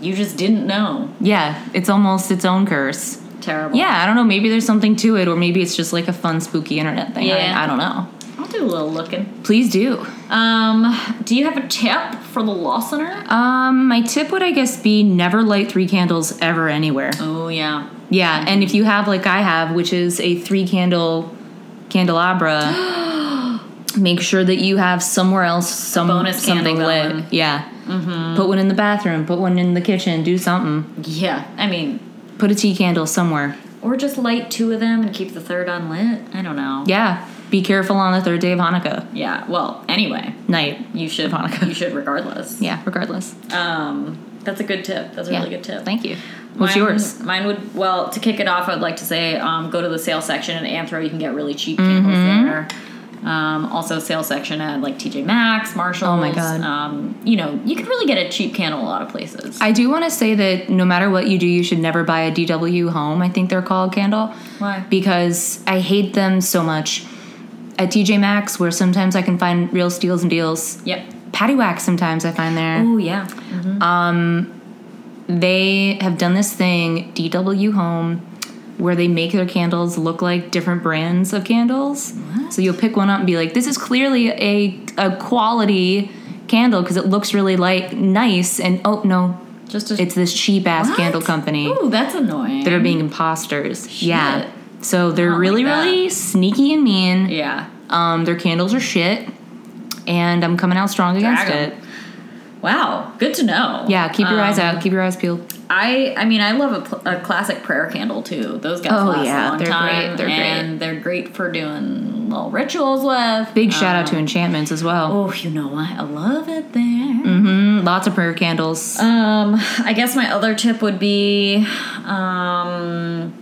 you just didn't know.
Yeah. It's almost its own curse.
Terrible.
Yeah, I don't know. Maybe there's something to it, or maybe it's just like a fun, spooky internet thing.
Yeah.
I, I don't know.
I'll do a little looking.
Please do.
Um, do you have a tip for the listener?
Um, my tip would, I guess, be never light three candles ever anywhere.
Oh yeah.
Yeah, and if you have, like I have, which is a three candle candelabra, make sure that you have somewhere else some
bonus candle
something lit.
going.
Yeah. Mm-hmm. Put one in the bathroom. Put one in the kitchen. Do something.
Yeah. I mean,
Put a tea candle somewhere.
or just light two of them and keep the third unlit. I don't know.
Yeah. Be careful on the third day of Hanukkah
Yeah. Well, anyway,
night.
you should
Hanukkah.
you should regardless.
Yeah. Regardless.
Um, that's a good tip. That's a really
yeah.
good tip.
Thank you. What's
Mine-
yours?
Mine would well to kick it off. I'd like to say um, go to the sale section at Anthro. You can get really cheap candles
Mm-hmm.
there. Um, also, sale section at like TJ Maxx, Marshalls.
Oh my God.
Um, you know, you could really get a cheap candle a lot of places.
I do want to say that no matter what you do, you should never buy a DW home. I think they're called candle
Why?
because I hate them so much. At TJ Maxx, where sometimes I can find real steals and deals,
Yep.
patty wax sometimes I find there.
Oh yeah.
They have done this thing, DW Home, where they make their candles look like different brands of candles. So you'll pick one up and be like, "This is clearly a a quality candle because it looks really like nice." And oh no,
Just a
it's this cheap ass
What? Oh,
candle company.
Ooh, that's annoying.
that are being imposters. Yeah. So they're
Not like
really,
that.
really sneaky and mean.
yeah.
Um, their candles are shit, and I'm coming out strong against
Drag 'em.
it.
Wow. Good to know.
Yeah, keep your eyes
Um,
out, keep your eyes peeled.
I I mean I love a, pl- a classic prayer candle too. Those guys
Oh,
last a
yeah,
long
they're
time,
great, they're great.
and they're great for doing little rituals with.
Big shout out to
Um,
enchantments as well.
Oh, you know what? I love it there.
Mm, lots of prayer candles.
Um, I guess my other tip would be, um,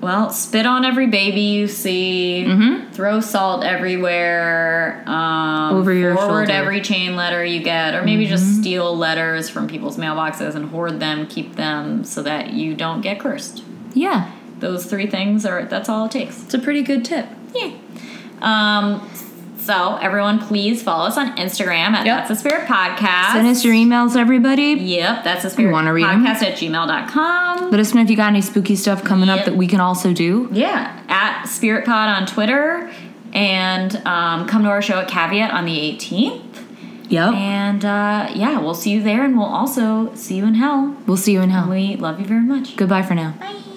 well, spit on every baby you see.
Mm-hmm.
Throw salt everywhere. Um,
Over your
forward
shoulder. Mm-hmm.
every chain letter you get, or maybe just steal letters from people's mailboxes and hoard them, keep them, so that you don't get cursed.
yeah,
Those three things are that's all it takes.
it's a pretty good tip.
Yeah. Um, so everyone, please follow us on Instagram at That's
Yep.
the Spirit Podcast.
Send us your emails, everybody.
Yep, that's a spirit
wanna read 'em?
podcast at gmail.com.
Let us know if you got any spooky stuff coming up
Yep.
that we can also do.
Yeah, at spiritpod on Twitter. And um, come to our show at Caveat on the 18th.
Yep.
And uh, yeah, we'll see you there and we'll also see you in hell.
we'll see you in hell.
We love you very much.
Goodbye for now.
Bye.